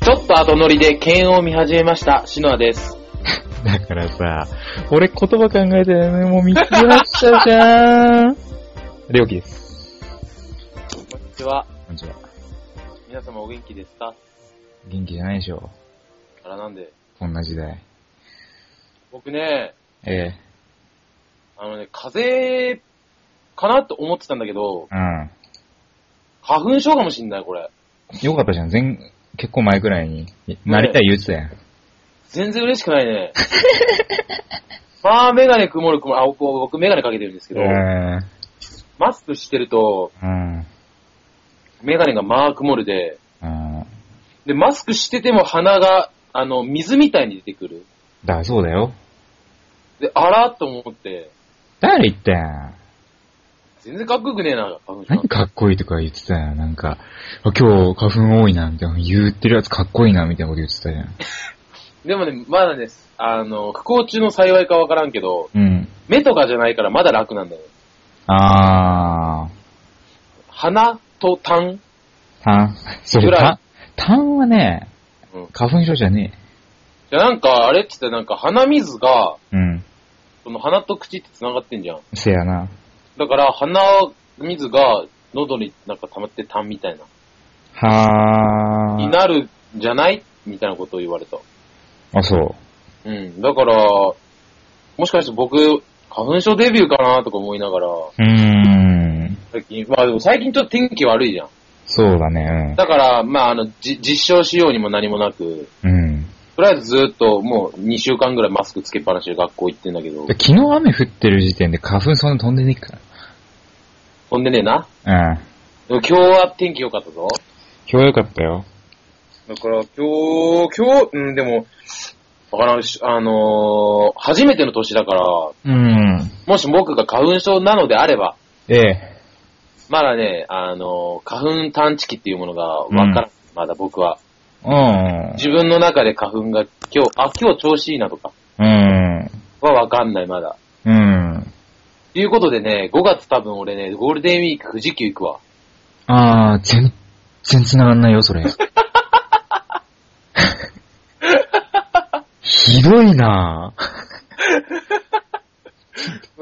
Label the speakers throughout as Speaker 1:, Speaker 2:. Speaker 1: ート乗りで剣を見始めました、シノアです。
Speaker 2: だからさ、俺言葉考えてね、もう見切らしたじゃーん。りょうきです。
Speaker 1: こんにちは。
Speaker 2: こんにちは。
Speaker 1: 皆様お元気ですか
Speaker 2: 元気じゃないでしょ。
Speaker 1: あらなんで。
Speaker 2: こんな時代。
Speaker 1: 僕ね、
Speaker 2: え
Speaker 1: あのね、風邪かなと思ってたんだけど、
Speaker 2: え
Speaker 1: 花粉症かもしんない、これ。
Speaker 2: うん。よかったじゃん。全、結構前くらいに、なりたい言ってたやん。
Speaker 1: 全然嬉しくない ね。まあ、メガネ曇る曇る。あ、僕、僕メガネかけてるんですけど、
Speaker 2: うん。
Speaker 1: マスクしてると、
Speaker 2: うん。
Speaker 1: メガネがまあ曇るで、
Speaker 2: うん。
Speaker 1: で、マスクしてても鼻が、あの、水みたいに出てくる。
Speaker 2: だ、そうだよ。
Speaker 1: で、あらと思って、
Speaker 2: 誰言ったやん。
Speaker 1: 全然かっこよくねえな、花粉症なん
Speaker 2: 何
Speaker 1: て。
Speaker 2: かっこいいとか言ってたやん。なんか、あ今日花粉多いな、みたいな。言ってるやつかっこいいな、みたいなこと言ってたじゃん。
Speaker 1: でもね、まだね、あの、不幸中の幸いかわからんけど、
Speaker 2: うん。
Speaker 1: 目とかじゃないからまだ楽なんだよ。
Speaker 2: あー。
Speaker 1: 鼻と痰
Speaker 2: 炭それ
Speaker 1: ぐら
Speaker 2: 炭炭はね
Speaker 1: うん、
Speaker 2: 花粉症じゃね
Speaker 1: じゃ、なんか、あれっつってなんか鼻水が、
Speaker 2: え。うん。
Speaker 1: その鼻と口って繋がってんじゃん。
Speaker 2: せやな。
Speaker 1: だから、鼻水が喉になんか溜まって痰みたいな。
Speaker 2: は
Speaker 1: に
Speaker 2: ー。
Speaker 1: なるんじゃないみたいなことを言われた。
Speaker 2: あ、そう。
Speaker 1: うん。だから、もしかして僕、花粉症デビューかなとか思いながら、
Speaker 2: うーん。
Speaker 1: 最近、まあでも最近ちょっと天気悪いじゃん。
Speaker 2: そうだね、
Speaker 1: だから、まああの、じ実証しようにも何もなく、
Speaker 2: うん。うん。
Speaker 1: とりあえずずっともう2週間ぐらいマスクつけっぱなしで学校行ってんだけど
Speaker 2: で、昨日雨降ってる時点で花粉そんな飛んでねえか
Speaker 1: ほんでねえな。
Speaker 2: ら。うん。
Speaker 1: でも今日は天気良かったぞ。
Speaker 2: 今日よかったよ。
Speaker 1: だから今日、今日、うん、でも、わからんし、あのー初めての年だから、
Speaker 2: うん。
Speaker 1: もし僕が花粉症なのであれば、
Speaker 2: ええ。
Speaker 1: まだね、あのー花粉探知機っていうものがわからん。まだ僕は。
Speaker 2: うん。
Speaker 1: 自分の中で花粉が今日、あ、今日調子いいなとか
Speaker 2: うん。
Speaker 1: はわかんない、まだ。
Speaker 2: うん。
Speaker 1: ということでね、5月多分俺ね、ゴールデンウィーク富士急行くわ。
Speaker 2: あー、全然繋がんないよ、 それ。ひどい なぁ。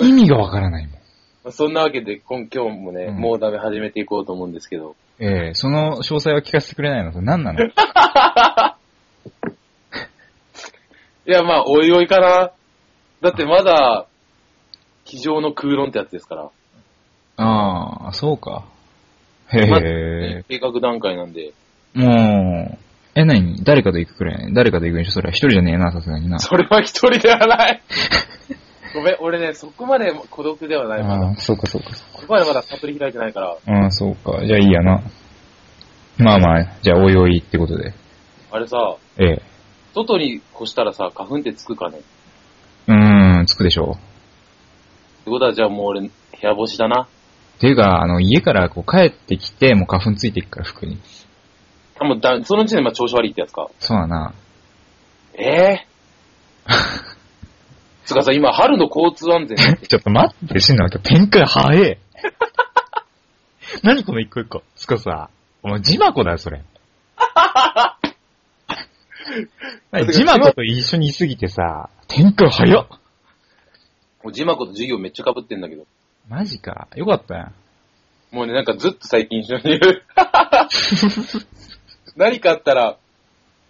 Speaker 2: 意味がわからないもん。
Speaker 1: そんなわけで、今今日もね、
Speaker 2: うん
Speaker 1: もうダメ始めていこうと思うんですけど。
Speaker 2: ええその詳細は聞かせてくれないのそれ何なの
Speaker 1: いや、まあ、おいおいかな。だってまだ、机上の空論ってやつですから。
Speaker 2: ああ、そうか。へ
Speaker 1: まだ
Speaker 2: え
Speaker 1: ね、、計画段階なんで。
Speaker 2: もう、え、何誰かと行くくらい誰かと行くんでしょそれは一人じゃねえな、さすがにな。
Speaker 1: それは一人では ない。ごめん、俺ね、そこまで孤独ではない。まだ
Speaker 2: ああ、そうかそうか。
Speaker 1: そこまでまだ悟り開いてないから、
Speaker 2: ああ、そうか。じゃあいいやな。まあまあ、じゃあおいおいってことで。
Speaker 1: あれさ、
Speaker 2: ええ。
Speaker 1: 外に越したらさ、花粉ってつくかね。っ
Speaker 2: うーん、つくでしょう。
Speaker 1: てことは、じゃあもう俺、部屋干しだな。
Speaker 2: っていうか、あの、家からこう帰ってきて、もう花粉ついていくから、服に。
Speaker 1: あ、もうだ、その時点でまあ調子悪いってやつか。
Speaker 2: そうだな。
Speaker 1: ええ つうかさ、今、春の交通安全。
Speaker 2: ちょっと待って、しんの、展開早 え。何この一個一個。つかさ、お前、ジマコだよ、そ れ。何ジマコと一緒にいすぎてさ、展開早っ。
Speaker 1: もう、ジマコと授業めっちゃ被ってんだけど。
Speaker 2: マジか。よかったやん。
Speaker 1: もうね、なんかずっと最近一緒にいる。何かあったら、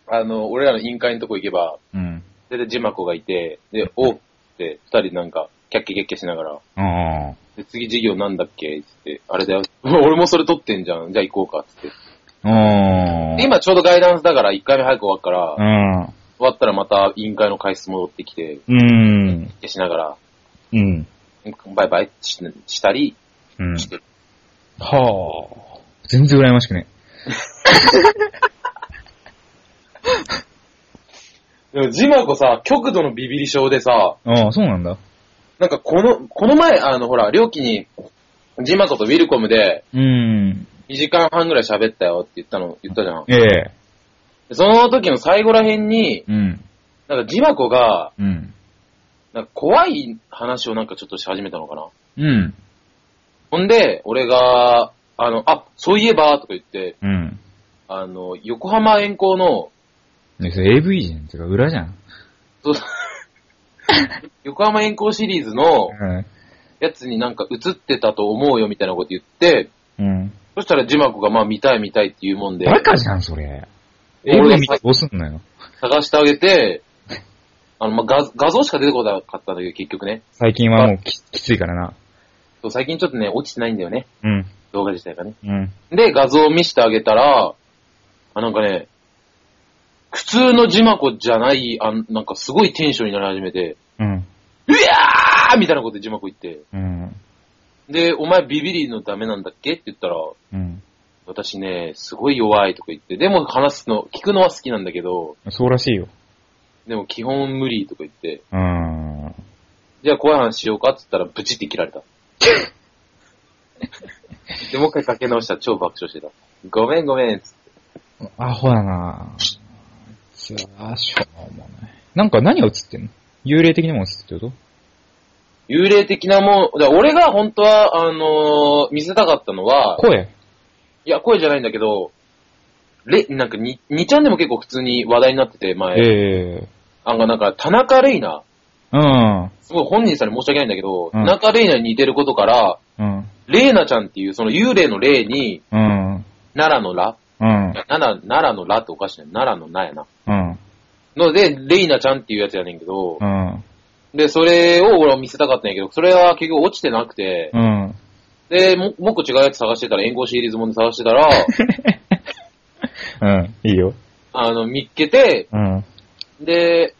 Speaker 1: あの、俺らの委員会のとこ行けば、
Speaker 2: うん。
Speaker 1: で、でジマコがいて、で、おうって、二人なんか、キャッキャキャッキャしながら、
Speaker 2: ああ。
Speaker 1: で、次授業なんだっけつって、あれだよ。うわ俺もそれ取ってんじゃん。じゃあ行こうか。つって。
Speaker 2: あ
Speaker 1: で今ちょうどガイダンスだから、一回目早く終わっから、
Speaker 2: あ。
Speaker 1: 終わったらまた委員会の会室戻ってきて、
Speaker 2: うん。
Speaker 1: 消しながら、
Speaker 2: うん。
Speaker 1: バイバイししたり
Speaker 2: うん。
Speaker 1: してる。
Speaker 2: はあ。全然羨ましくね。
Speaker 1: でも、ジマコさ、極度のビビり症でさ、
Speaker 2: ああ、そうなんだ。
Speaker 1: なんかこの、この前、あの、ほら、りょうきに、ジマコとウィルコムで、
Speaker 2: うん。
Speaker 1: 2時間半ぐらい喋ったよって言ったの、言ったじゃん。
Speaker 2: ええ。
Speaker 1: でその時の最後ら辺に、
Speaker 2: うん。
Speaker 1: なんかジマコが、
Speaker 2: うん。
Speaker 1: なんか怖い話をなんかちょっとし始めたのかな。
Speaker 2: うん。
Speaker 1: ほんで、俺が、あの、あ、そういえば、とか言って、
Speaker 2: うん。
Speaker 1: あの、横浜遠行の、
Speaker 2: ね、それ AV じゃん。てか、裏じゃん。
Speaker 1: そう横浜遠行シリーズの
Speaker 2: うん。
Speaker 1: やつになんか映ってたと思うよみたいなこと言って、
Speaker 2: うん。
Speaker 1: そしたらジマコがまあ見たい見たいって言うもんで、
Speaker 2: バカじゃん、それ。
Speaker 1: 俺
Speaker 2: AV 見てどうすんのよ。
Speaker 1: 探してあげて、あの、まあ、画画像しか出てこなかったんだけど、結局ね。
Speaker 2: 最近はもうききついからな。
Speaker 1: そう最近ちょっとね、落ちてないんだよね。
Speaker 2: うん。
Speaker 1: 動画自体がね。
Speaker 2: うん。
Speaker 1: で、画像を見せてあげたら、あ、なんかね、普通のジマコじゃない、あんなんかすごいテンションになり始めて、
Speaker 2: うん。
Speaker 1: うやーみたいなことでジマコ言って、
Speaker 2: うん。
Speaker 1: で、お前ビビリのダメなんだっけって言ったら、
Speaker 2: うん。
Speaker 1: 私ね、すごい弱いとか言って、でも話すの、聞くのは好きなんだけど、
Speaker 2: そうらしいよ。
Speaker 1: でも基本無理とか言って、
Speaker 2: うん。
Speaker 1: じゃあ怖い話しようかって言ったら、ブチって切られた。 で、もう一回かけ直したら超爆笑してた。ごめんごめんっつって
Speaker 2: アホやなそりゃ、しょうもない。なんか何が映ってんの幽霊的なもの映ってるってこ
Speaker 1: 幽霊的なもん、だから俺が本当は、あのー見せたかったのは
Speaker 2: と、声
Speaker 1: いや、声じゃないんだけど、れ、なんかに、2ちゃんでも結構普通に話題になってて、前。
Speaker 2: ええ
Speaker 1: あの、なんか、田中玲奈。
Speaker 2: うん。
Speaker 1: すごい本人さんに申し訳ないんだけど、
Speaker 2: うん
Speaker 1: 田中玲奈に似てることから、
Speaker 2: うん。
Speaker 1: 玲奈ちゃんっていう、その幽霊の霊に、
Speaker 2: うん。
Speaker 1: 奈良のら
Speaker 2: うん。
Speaker 1: 奈良、奈良のらっておかしいね。奈良のなやな。
Speaker 2: うん。
Speaker 1: ので、レイナちゃんっていうやつやねんけど
Speaker 2: う、ん。
Speaker 1: で、それを俺は見せたかったんやけど、それは結局落ちてなくて、
Speaker 2: うん。
Speaker 1: で、ももう一個違うやつ探してたら、援護シリーズもんで探してた ら、
Speaker 2: うん。いいよ。
Speaker 1: あの、見っけて、
Speaker 2: うん。
Speaker 1: で、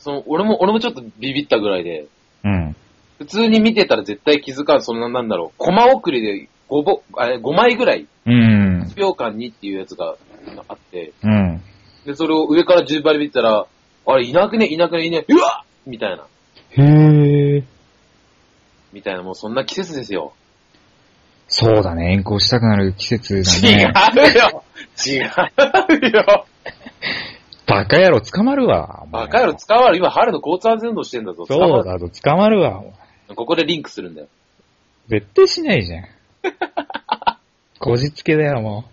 Speaker 1: その、俺も、俺もちょっとビビったぐらいで、
Speaker 2: うん。
Speaker 1: 普通に見てたら絶対気づかん、そんな、なんだろう、コマ送りで5ぼ、あれ、5枚ぐらい、
Speaker 2: うん。
Speaker 1: 1秒間にっていうやつがあって、
Speaker 2: うん。で
Speaker 1: で、それを上から10倍見てたら、あれ、いなくね、いなくね、いね、うわっみたいな、
Speaker 2: へえ。
Speaker 1: みたいな、もうそんな季節ですよ。
Speaker 2: そうだね。遠行したくなる季節だ
Speaker 1: 違
Speaker 2: ね。
Speaker 1: うよ違うよ
Speaker 2: バカ野郎捕まるわ。
Speaker 1: バカ野郎
Speaker 2: 捕
Speaker 1: 捕まる。今、春の交通安全運動してんだぞ。
Speaker 2: まる。そうだぞ、捕まるわ。お前
Speaker 1: ここでリンクするんだよ。
Speaker 2: 絶対しないじゃん。 こじつけだよ、も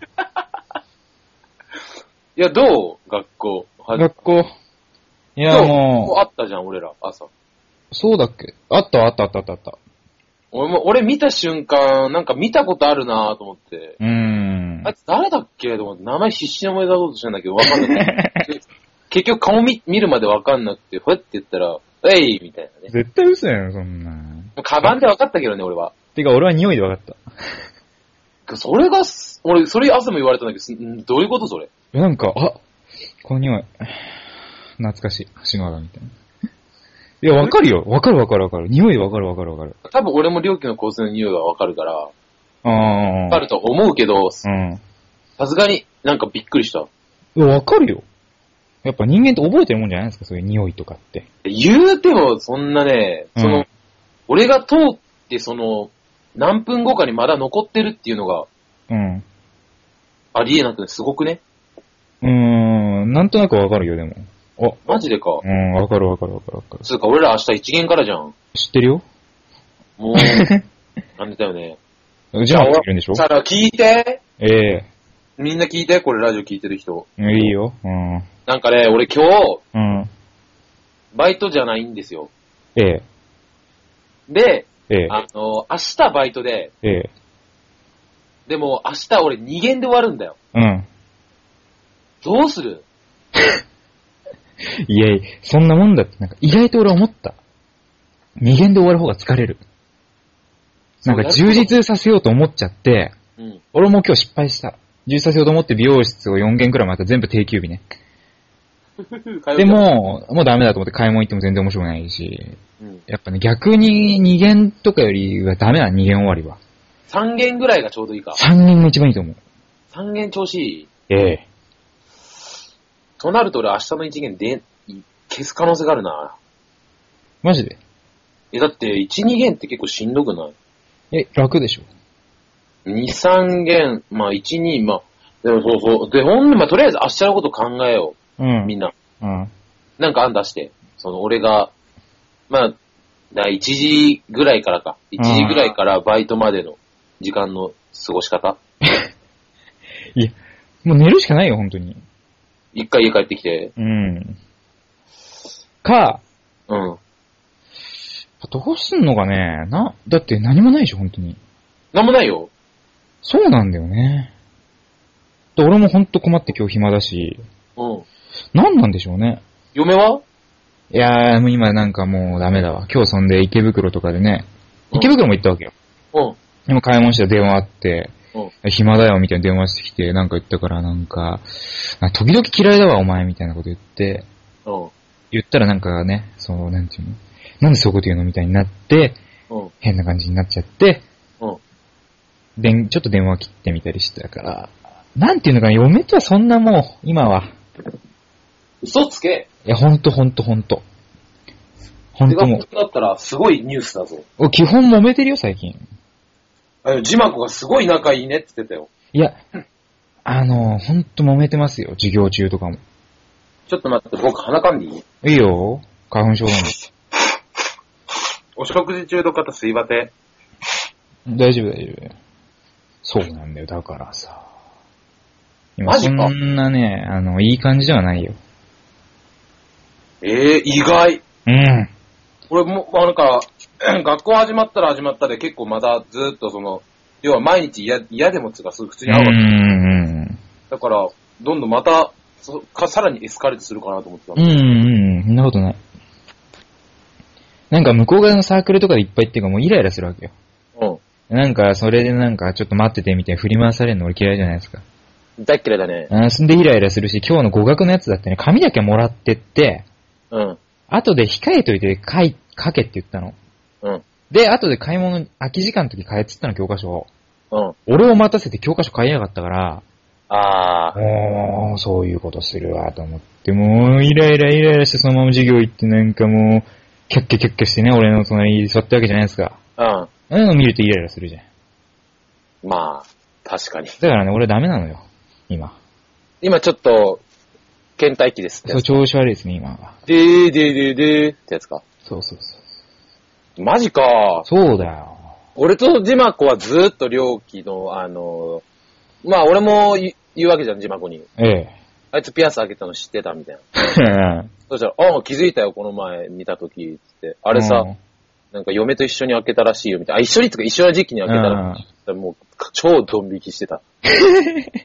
Speaker 1: いや、どう学校。
Speaker 2: う。
Speaker 1: は
Speaker 2: 学校。
Speaker 1: ど
Speaker 2: いや、
Speaker 1: う
Speaker 2: もう。
Speaker 1: あったじゃん、俺ら、朝。
Speaker 2: そうだっけあったあったあったあったあった。
Speaker 1: 俺も、俺見た瞬間、なんか見たことあるなぁと思って。
Speaker 2: うーん
Speaker 1: あい。つ誰だっけと思って、名前必死に思い出そうとしてんだけど、わかん ない。で結局顔見見るまでわかんなくて、ふわって言ったら、えいみたい なね。
Speaker 2: 絶対嘘やん、そんな。
Speaker 1: カバンでわかったけどね、俺は。
Speaker 2: てか、俺は匂いで分かった。
Speaker 1: それがす、俺、それ朝も言われたんだけどす、んどういうことそれ。
Speaker 2: えなんか、あこの匂い。懐かしい。篠原みたいな。いや、わかるよ。わかるわかるわかる。匂いでわかるわかるわかる。
Speaker 1: 多分俺も料金の構成の匂いがわかるから、
Speaker 2: あ
Speaker 1: わかると思うけど、
Speaker 2: ー。うん
Speaker 1: さすがになんかびっくりした。
Speaker 2: いや。わかるよ。やっぱ人間って覚えてるもんじゃないですか、そういう匂いとかって。
Speaker 1: 言うても、そんなね、その、
Speaker 2: うん
Speaker 1: 俺が通って、その、何分後かにまだ残ってるっていうのが
Speaker 2: うん。
Speaker 1: ありえなくて、すごくね。
Speaker 2: うーん、なんとなくわかるよ、でも。あ、
Speaker 1: マジでか。
Speaker 2: うん、わかるわかるわかるわかる。
Speaker 1: つうか、俺ら明日一限からじゃん。
Speaker 2: 知ってるよ
Speaker 1: も う、なんでだよね。
Speaker 2: じゃあ、ってるんでしょ
Speaker 1: さあ、聞いて
Speaker 2: ええ
Speaker 1: みんな聞いてこれラジオ聞いてる人。
Speaker 2: うんいいよ。うん。
Speaker 1: なんかね、俺今日、
Speaker 2: うん。
Speaker 1: バイトじゃないんですよ。
Speaker 2: ええ
Speaker 1: で、
Speaker 2: ええ
Speaker 1: あの、明日バイトで、
Speaker 2: ええ
Speaker 1: でも明日俺2限で終わるんだよ。
Speaker 2: うん。
Speaker 1: どうする
Speaker 2: いやいや、そんなもんだって、なんか意外と俺思った。二限で終わる方が疲れる。なんか充実させようと思っちゃって、
Speaker 1: うん。
Speaker 2: 俺も今日失敗した。充実させようと思って美容室を4軒くらい回った全部定休日ね。で、も、もうダメだと思って買い物行っても全然面白くないし、
Speaker 1: うん、
Speaker 2: やっぱね、逆に二限とかよりはダメだ、二限終わりは。
Speaker 1: 3限ぐらいがちょうどいいか。
Speaker 2: 三限が一番いいと思う。
Speaker 1: 3限調子いい。
Speaker 2: ええ。
Speaker 1: となると俺明日の1限で、い消す可能性があるな。
Speaker 2: マジで。
Speaker 1: え、だって1、2限って結構しんどくない
Speaker 2: え、楽でしょ。
Speaker 1: ?2、3限、まあ1、2、まあ、でもそうそう。で、ほんで、まあとりあえず明日のこと考えよ
Speaker 2: うん。
Speaker 1: う。みんな。
Speaker 2: うん。
Speaker 1: なんか案出して。その、俺が、まあ、だ1時ぐらいからか。1時ぐらいからバイトまでの時間の過ごし方。
Speaker 2: もう寝るしかないよ、本当に。
Speaker 1: 一回家帰ってきて。
Speaker 2: うん。か、
Speaker 1: うん。
Speaker 2: どうすんのかね。な、だって何もないでしょ、本当に。
Speaker 1: なんもないよ。
Speaker 2: そうなんだよね。で俺も本当困って今日暇だし、
Speaker 1: うん。
Speaker 2: 何なんでしょうね。
Speaker 1: 嫁はい
Speaker 2: やー、もう今なんかもうダメだわ。今日そんで池袋とかでね、池袋も行ったわけよ。
Speaker 1: うん。
Speaker 2: でも買い物して電話あって、
Speaker 1: う
Speaker 2: 暇だよみたいな電話してきて、なんか言ったからなんか、あ時々嫌いだわお前みたいなこと言って、
Speaker 1: うん。
Speaker 2: 言ったらなんかね、そう、なんていうのなんでそういうこと言うのみたいになって、
Speaker 1: うん。
Speaker 2: 変な感じになっちゃって、
Speaker 1: うん。
Speaker 2: でん、ちょっと電話切ってみたりしてたから、なんていうのかな、嫁とはそんなもう、今は。
Speaker 1: 嘘つけ
Speaker 2: いや、ほんとほんとほんと。ほ
Speaker 1: 手
Speaker 2: んと
Speaker 1: が
Speaker 2: も
Speaker 1: 本当だったらすごいニュースだぞ。
Speaker 2: う、基本揉めてるよ、最近。
Speaker 1: あの、ジマコがすごい仲いいねって言ってたよ。
Speaker 2: いや、あの、ほんと揉めてますよ、授業中とかも。
Speaker 1: ちょっと待って、僕鼻かんでいい
Speaker 2: いいよ、花粉症なんで。
Speaker 1: お食事中の方すいません。
Speaker 2: 大丈夫、大丈夫。そうなんだよ、だからさ。今、
Speaker 1: マジ
Speaker 2: そ
Speaker 1: か
Speaker 2: んなね、あの、いい感じではないよ。
Speaker 1: ええ意外。
Speaker 2: うん。
Speaker 1: 俺も、まあ、なんか、 学校始まったら始まったで結構まだずーっとその、要は毎日嫌嫌でもつうか、そう普通
Speaker 2: う
Speaker 1: に会うわけ。
Speaker 2: ん。
Speaker 1: だから、どんどんまた、そかさらにエスカレートするかなと思ってた
Speaker 2: うん、うん、うん、そんなことない。なんか向こう側のサークルとかでいっぱいっていうかもうイライラするわけよ。
Speaker 1: の。
Speaker 2: なんかそれでなんかちょっと待っててみたいな振り回されるの俺嫌いじゃないですか。
Speaker 1: うん。大っ嫌いだね。
Speaker 2: あーそんでイライラするし、今日の語学のやつだってね、紙だけもらってって、
Speaker 1: うん。後
Speaker 2: 後で控えといて書い、書けって言ったの。
Speaker 1: うん。
Speaker 2: で、後で買い物、空き時間の時買えって言ったの教科書を。
Speaker 1: うん。
Speaker 2: 俺を待たせて教科書買いやがったから、
Speaker 1: ああ。
Speaker 2: もう、そういうことするわ、と思って、もう、イライライライラして、そのまま授業行って、なんかもう、キャッキャキャッキャしてね、俺の隣に座ったわけじゃないですか。
Speaker 1: うん。
Speaker 2: ああいうの見るとイライラするじゃん。
Speaker 1: まあ、確かに。
Speaker 2: だからね、俺ダメなのよ、今。
Speaker 1: 今ちょっと、倦怠期ですって
Speaker 2: そう、
Speaker 1: やつ。
Speaker 2: 調子悪いですね、今は。
Speaker 1: でーでーでーでーってやつか。
Speaker 2: そうそうそう。
Speaker 1: マジか
Speaker 2: そうだよ。
Speaker 1: 俺とジマコはずーっと良気の、あの、まあ俺も言う言うわけじゃん、ジマコに。
Speaker 2: ええ。
Speaker 1: あいつピアス開けたの知ってたみたいな。そしたら、ああ、気づいたよ、この前見たとき、つって。あ
Speaker 2: あ
Speaker 1: れさ、なんか嫁と一緒に開けたらしいよ、みたいな。あ、一緒につか一緒の時期に開けたらしい
Speaker 2: う
Speaker 1: つっ
Speaker 2: ん
Speaker 1: たら、もう、超ドン引き してた。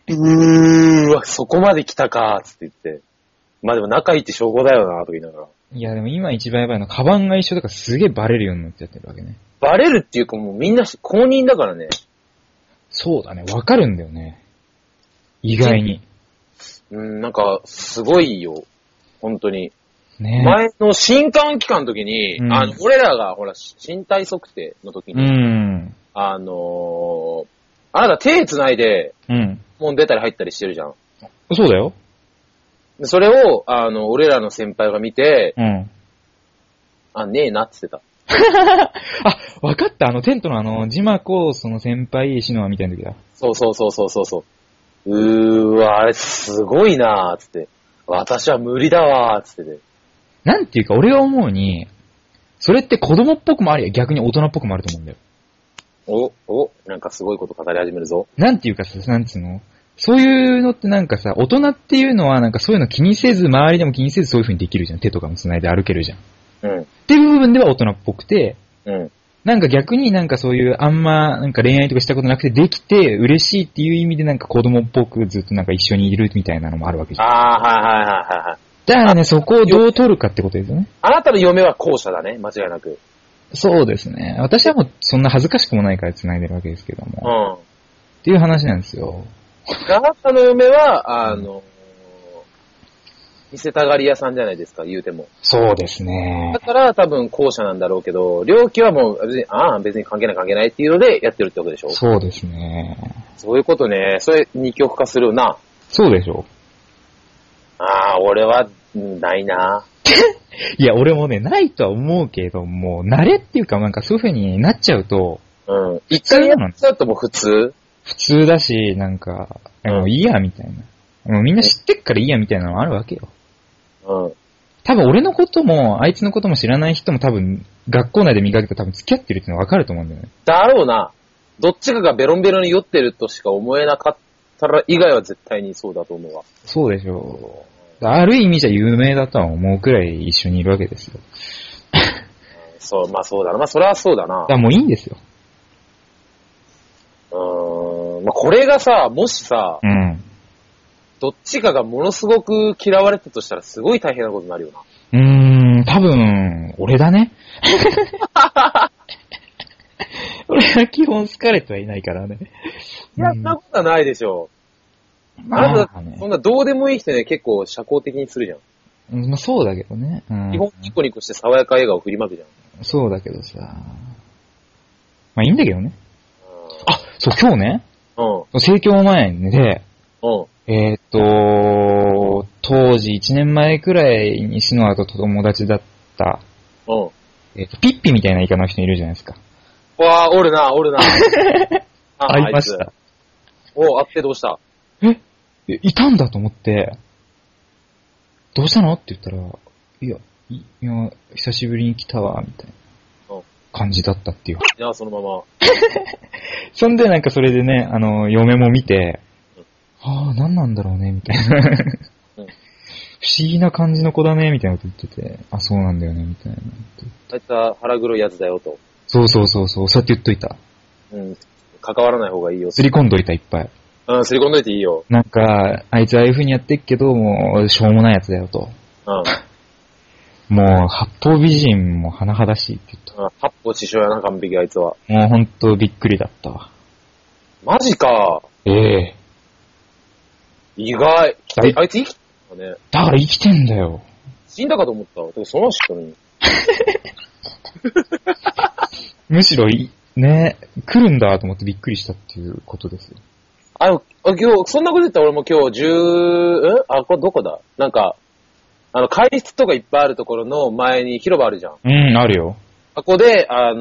Speaker 1: うーわ、そこまで来たか、つって言って。まあでも仲いいって証拠だよな、とか言いながら。
Speaker 2: いや、でも今一番やばいのは、カバンが一緒だからすげえバレるようになっちゃってるわけね。
Speaker 1: バレるっていうかもうみんな公認だからね。
Speaker 2: そうだね、わかるんだよね。意外に。
Speaker 1: うん、なんか、すごいよ。本当に。
Speaker 2: ね
Speaker 1: 前の新刊期間の時に、
Speaker 2: うん
Speaker 1: あの、俺らが、ほら、身体測定の時
Speaker 2: う
Speaker 1: に、
Speaker 2: ん。
Speaker 1: あのー、あなた手繋いで、
Speaker 2: うん。
Speaker 1: もう出たり入ったりしてるじゃん。
Speaker 2: そうだよ。
Speaker 1: でそれを、あの、俺らの先輩が見て、
Speaker 2: うん。
Speaker 1: あ、ねえなって言ってた。
Speaker 2: あ、わかった。あの、テントのあの、ジマコ、その先輩、シノアみたいな時だ。
Speaker 1: そうそうそうそうそうそう。うーわ、あれすごいなーっつって。私は無理だわーっつってて。
Speaker 2: なんていうか、俺が思うに、それって子供っぽくもあり、逆に大人っぽくもあると思うんだよ。
Speaker 1: お、お、なんかすごいこと語り始めるぞ。
Speaker 2: なんていうかさ、なんつうのそういうのってなんかさ、大人っていうのはなんかそういうの気にせず、周りでも気にせずそういう風にできるじゃん。手とかも繋いで歩けるじゃん。っ
Speaker 1: うん、
Speaker 2: ていう部分では大人っぽくて、
Speaker 1: うん、
Speaker 2: なんか逆になんかそういう、あんま、なんか恋愛とかしたことなくてできて、嬉しいっていう意味でなんか子供っぽくずっとなんか一緒にいるみたいなのもあるわけじゃん。
Speaker 1: あー、はいはいはいはいはい。
Speaker 2: だからね、そこをどう取るかってことですよね。
Speaker 1: あなたの嫁は後者だね、間違いなく。
Speaker 2: そうですね。私はもうそんな恥ずかしくもないから繋いでるわけですけど
Speaker 1: う
Speaker 2: も。
Speaker 1: ん。
Speaker 2: っていう話なんですよ。
Speaker 1: あなたの嫁は、あの、見せたがり屋さんじゃないですか、言うても。
Speaker 2: そうですね
Speaker 1: だ。から多分後者なんだろうけど、両機はもう別に、ああ、別に関係ない関係ないっていうのでやってるってことでしょ
Speaker 2: そうですね。
Speaker 1: そういうことね。それ二極化するな。
Speaker 2: そうでしょ。
Speaker 1: ああ、俺は、うんないな。
Speaker 2: いや、俺もね、ないとは思うけども、慣れっていうか、なんかそういう風になっちゃうと、
Speaker 1: うん。一回やっちゃうともう普通
Speaker 2: 普通だし、なんか、
Speaker 1: うん
Speaker 2: もういいや、みたいな。もうみんな知ってっからいいや、みたいなのもあるわけよ。
Speaker 1: うん。
Speaker 2: 多分俺のことも、あいつのことも知らない人も多分、学校内で見かけたら多分付き合ってるっていうのはわかると思うんだよね。
Speaker 1: だろうな。どっちかがベロンベロンに酔ってるとしか思えなかったら以外は絶対にそうだと思うわ。
Speaker 2: そうでしょう。ある意味じゃ有名だとは思うくらい一緒にいるわけですよ。
Speaker 1: そう、まあそうだな。まあそれはそうだな
Speaker 2: だか。らもういいんですよ。
Speaker 1: うーん。まあこれがさ、もしさ、
Speaker 2: うん。
Speaker 1: どっちかがものすごく嫌われたとしたらすごい大変なことになるよな。
Speaker 2: うーん、多分、俺だね。 俺は基本好かれてはいないからね。
Speaker 1: いや、そんなことはないでしょ
Speaker 2: うん
Speaker 1: う。あな
Speaker 2: ま
Speaker 1: た
Speaker 2: あ、ね
Speaker 1: そんなどうでもいい人ね、結構社交的にするじゃん。
Speaker 2: うんまあそうだけどね。うん
Speaker 1: 基本ニコニコして爽やか笑顔振りまくじゃん。
Speaker 2: そうだけどさ。まあいいんだけどね。
Speaker 1: あ
Speaker 2: あ、そう、今日ね、
Speaker 1: うん。
Speaker 2: 盛況前で、
Speaker 1: うん。
Speaker 2: えーっと、当時1年前くらいにシノアと友達だった、
Speaker 1: うん。
Speaker 2: えーっと、ピッピみたいなイカの人いるじゃないですか。
Speaker 1: うわぁ、おるな、お るな。あ
Speaker 2: 会いまし。
Speaker 1: あい
Speaker 2: た。
Speaker 1: つおあってどうした
Speaker 2: えいたんだと思って、どうしたのって言ったら、いや、いいや、久しぶりに来たわ、みたい
Speaker 1: うん
Speaker 2: な感じだったっていう。
Speaker 1: じゃあ、そのまま。
Speaker 2: そんでなんかそれでね、あの、嫁も見て、ああ、何なんだろうね、みたいな。不
Speaker 1: うん
Speaker 2: 思議な感じの子だね、みたいなこと言ってて、あ、そうなんだよね、みたいな。
Speaker 1: あいつは腹黒いやつだよと。
Speaker 2: そうそうそう、そうそうやって言っといた。
Speaker 1: うん。関わらない方がいいよ。
Speaker 2: すり込んどいた、いっぱい。
Speaker 1: うん、すり込んどいていいよ。
Speaker 2: なんか、あいつああいう風にやってっけど、もう、しょうもないやつだよと。
Speaker 1: うん。
Speaker 2: もう、八方美人も甚だしいって言った。
Speaker 1: うん八方師匠やな、完璧あいつは。
Speaker 2: もうほんとびっくりだったわ。
Speaker 1: マジか。
Speaker 2: ええ
Speaker 1: 意外。
Speaker 2: だい
Speaker 1: あいつ生きてたね。
Speaker 2: だから生きてんだよ。
Speaker 1: 死んだかと思ったわ。てかその人に。
Speaker 2: むしろい、ね、来るんだと思ってびっくりしたっていうことですよ。
Speaker 1: あ、でもあ今日、そんなこと言ったら俺も今日、十、うんあ、これどこだなんか、あの、会室とかいっぱいあるところの前に広場あるじゃん。
Speaker 2: うん、あるよ。
Speaker 1: あこで、あの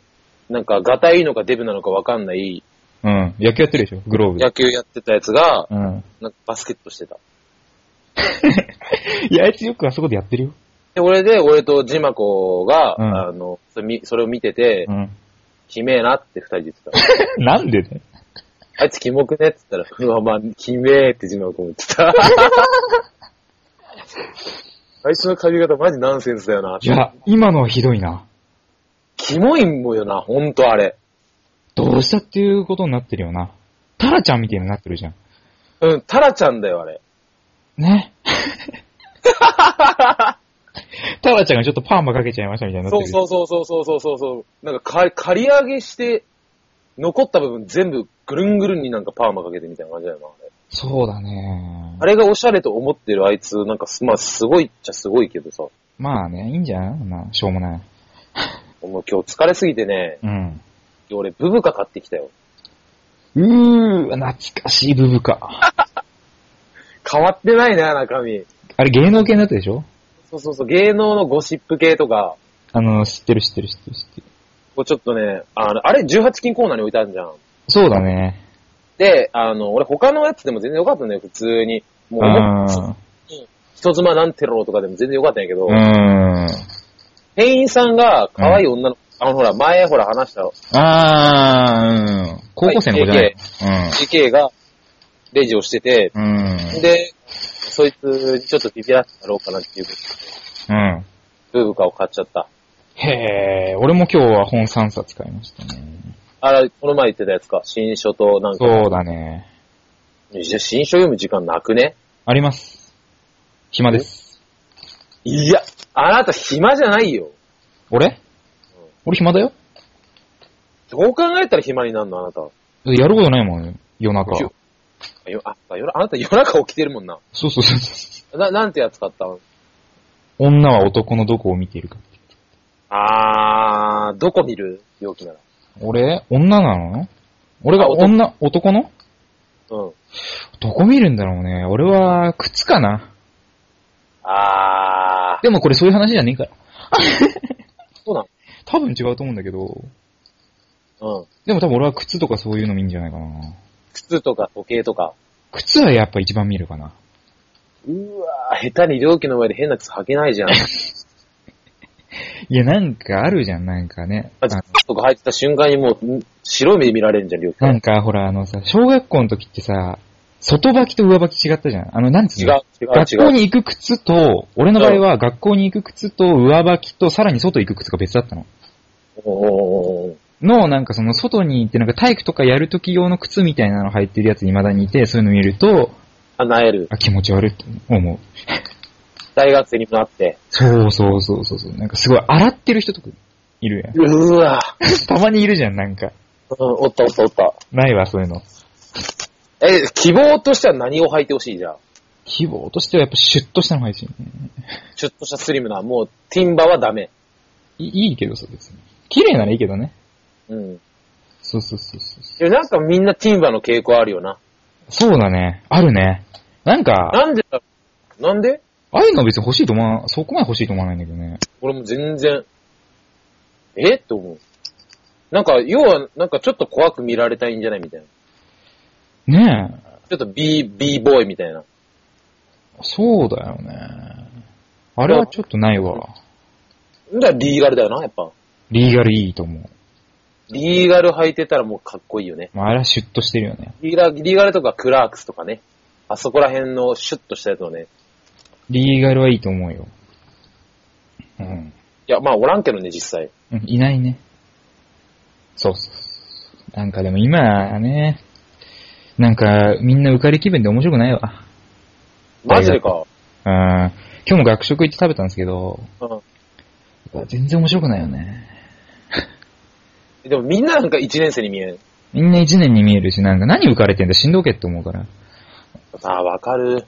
Speaker 1: ーなんか、ガタいいのかデブなのかわかんない
Speaker 2: うん。野球やってるでしょグローブで
Speaker 1: 野。球やってたやつが、
Speaker 2: うん。
Speaker 1: なんかバスケットしてた。
Speaker 2: いや、あいつよくあそこでやってるよ。
Speaker 1: で、俺で、俺とジマコが、
Speaker 2: うん
Speaker 1: あの、それみそれを見てて、
Speaker 2: うん。
Speaker 1: きめえなって二人で言ってた。
Speaker 2: なんでね。
Speaker 1: あいつキモくねって言ったら、うわ、まあ、きめえってジマコも言って た。あいつの髪型マジナンセンスだよな。
Speaker 2: いや、今のはひどいな。
Speaker 1: キモいんもよな、ほんとあれ。
Speaker 2: どうしたっていうことになってるよな。タラちゃんみたいになってるじゃん。
Speaker 1: うん、タラちゃんだよ、あれ。
Speaker 2: ね。 タラちゃんがちょっとパーマかけちゃいましたみたいになって
Speaker 1: そう
Speaker 2: る。
Speaker 1: そうそうそうそうそうそうそう。なんかか、刈り上げして、残った部分全部ぐるんぐるんになんかパーマかけてみたいな感じだよな、あれ。
Speaker 2: そうだね
Speaker 1: あ。れがオシャレと思ってるあいつ、なんかす、まあ、すごいっちゃすごいけどさ。
Speaker 2: まあね、いいんじゃんまあ、しょうもない。
Speaker 1: もう今日疲れすぎてね、
Speaker 2: うん。
Speaker 1: 俺、ブブカ買ってきたよ。
Speaker 2: うー、懐かしいブブか。
Speaker 1: 変わってないな、中身。
Speaker 2: あれ芸能系のやつでしょ
Speaker 1: そうそうそう、芸能のゴシップ系とか、
Speaker 2: あの、知ってる知ってる知ってる知ってる。
Speaker 1: こうちょっとね、あの、あれ18金コーナーに置いてあるじゃん。
Speaker 2: そうだね。
Speaker 1: で、あの、俺他のやつでも全然良かったんだよ、普通に。もう
Speaker 2: う
Speaker 1: 思っ、
Speaker 2: ん。
Speaker 1: 人妻なんてろうとかでも全然良かったんやけど、
Speaker 2: うん。
Speaker 1: 店員さんが可愛い女の、あのほら、前ほら話した
Speaker 2: あー、うん。高校生の子じゃない。
Speaker 1: GK がレジをしてて、
Speaker 2: うん。うん。
Speaker 1: で、そいつにちょっとビビらせてやろうかなっていうこと
Speaker 2: うん。
Speaker 1: で、ブーブカを買っちゃった。
Speaker 2: へー、俺も今日は本3冊買いましたね。
Speaker 1: あら、この前言ってたやつか、新書となんか、
Speaker 2: そうだね。
Speaker 1: じゃ新書読む時間なくね
Speaker 2: あります。暇です。
Speaker 1: いや、あなた暇じゃないよ。
Speaker 2: 俺俺暇だよ。
Speaker 1: どう考えたら暇になるの、あなた。
Speaker 2: やることないもん、夜中。
Speaker 1: よよあ夜あなた夜中起きてるもんな。
Speaker 2: そうそうそうそ
Speaker 1: な、なんてやつ買ったの
Speaker 2: う。女は男のどこを見ているか。
Speaker 1: あー、どこ見る病気なら。
Speaker 2: 俺女なの俺が
Speaker 1: あ男
Speaker 2: 女、男の
Speaker 1: うん。
Speaker 2: どこ見るんだろうね。俺は、靴かな。
Speaker 1: あー、
Speaker 2: でもこれそういう話じゃねえから。
Speaker 1: そうな
Speaker 2: 多分違うと思うんだけど。
Speaker 1: のうん。
Speaker 2: でも多分俺は靴とかそういうの見んじゃないかな。
Speaker 1: 靴とか時計とか。
Speaker 2: 靴はやっぱ一番見るかな。
Speaker 1: うわー、下手に料金の前で変な靴履けないじゃん。
Speaker 2: いや、なんかあるじゃん、なんかね。
Speaker 1: あ
Speaker 2: あ
Speaker 1: 靴
Speaker 2: の
Speaker 1: とか履いてた瞬間にもう、ん白い目で見られるじゃん、料金。
Speaker 2: なんかほら、あのさ、小学校の時ってさ、外履きと上履き違ったじゃん。あの、なんつ
Speaker 1: 違
Speaker 2: う
Speaker 1: う違
Speaker 2: の、
Speaker 1: う、
Speaker 2: 学
Speaker 1: 違
Speaker 2: 校
Speaker 1: う。
Speaker 2: に行く靴と、俺の場合は学校に行く靴と上履きとさらに外行く靴が別だったの。
Speaker 1: おーおーおー
Speaker 2: の、なんかその外に行ってなんか体育とかやるとき用の靴みたいなの履いてるやつ未だにいて、そういうの見ると、
Speaker 1: 叶える。
Speaker 2: あ、気持ち悪いと思う。
Speaker 1: 大学生にもなって。
Speaker 2: そうそうそうそうそう。なんかすごい洗ってる人とかいるやん。
Speaker 1: うーわ
Speaker 2: たまにいるじゃん、なんか。
Speaker 1: うん、おったおったおった。
Speaker 2: ないわ、そういうの。
Speaker 1: え、希望としては何を履いてほしいじゃん。
Speaker 2: 希望としてはやっぱシュッとしたのがいいし、ね、
Speaker 1: シュッとしたスリムな、もう、ティンバはダメ。
Speaker 2: いいいけどさ、別に。綺麗ならいいけどね。
Speaker 1: うん。
Speaker 2: そうそうそうそう。
Speaker 1: でなんかみんなティンバの傾向あるよな。
Speaker 2: そうだね。あるね。なんか、
Speaker 1: なんでだろうなんで
Speaker 2: ああいうのは別に欲しいと思わん、そこまで欲しいと思わないんだけどね。
Speaker 1: 俺も全然、えって思う。なんか、要は、なんかちょっと怖く見られたいんじゃないみたいな。
Speaker 2: ねえ。
Speaker 1: ちょっと B、B ボーイみたいな。
Speaker 2: そうだよね。あれはちょっとないわ。
Speaker 1: だからリーガルだよな、やっぱ。
Speaker 2: リーガルいいと思
Speaker 1: リーガル履いてたらもうかっこいいよね。
Speaker 2: う。まあ、あれはシュッとしてるよね。
Speaker 1: リーガルリーガルとかクラークスとかね。あそこら辺のシュッとしたやつをね。
Speaker 2: リーガルはいいと思うよ。うん。
Speaker 1: いや、まあおらんけどね、実際。
Speaker 2: うんいないね。そうそうそう。なんかでも今ね、なんかみんな浮かれ気分で面白くないわ。
Speaker 1: マジでか。
Speaker 2: うん。今日も学食行って食べたんですけど、
Speaker 1: うん。
Speaker 2: 全然面白くないよね。
Speaker 1: でもみんななんか1年生に見えん。
Speaker 2: みんな一年に見えるし、なんか何浮かれてんだしんどけって思うから。
Speaker 1: ああ、わかる。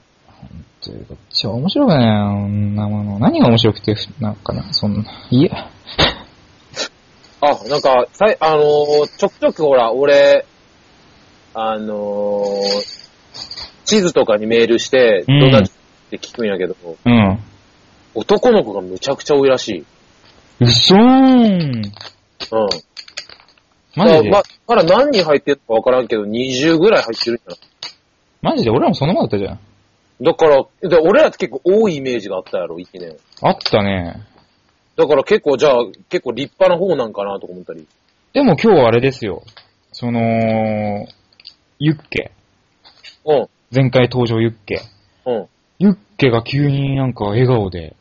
Speaker 2: というか、ちょ、面白くないよ、女もの。何が面白くて、なんかな、そんな。いや。
Speaker 1: あ、なんか、さい、あのーちょくちょくほら、俺、あのー地図とかにメールして、
Speaker 2: う
Speaker 1: ど
Speaker 2: ん
Speaker 1: んなって聞くんやけど、
Speaker 2: うん。
Speaker 1: 男の子がむちゃくちゃ多いらしい。
Speaker 2: うっそーん。
Speaker 1: うん。
Speaker 2: マジで、
Speaker 1: だからままだ何人入ってるかわからんけど、20ぐらい入ってるんじゃ
Speaker 2: マジで俺らもそのままだったじゃん。
Speaker 1: ないだから、で俺らって結構多いイメージがあったやろ、1年。
Speaker 2: あったね。
Speaker 1: だから結構、じゃあ、結構立派な方なんかなとか思ったり。
Speaker 2: でも今日あれですよ。その、ユッケ。
Speaker 1: うん、
Speaker 2: 前回登場ユッケ。
Speaker 1: うん、
Speaker 2: ユッケが急になんか笑顔で、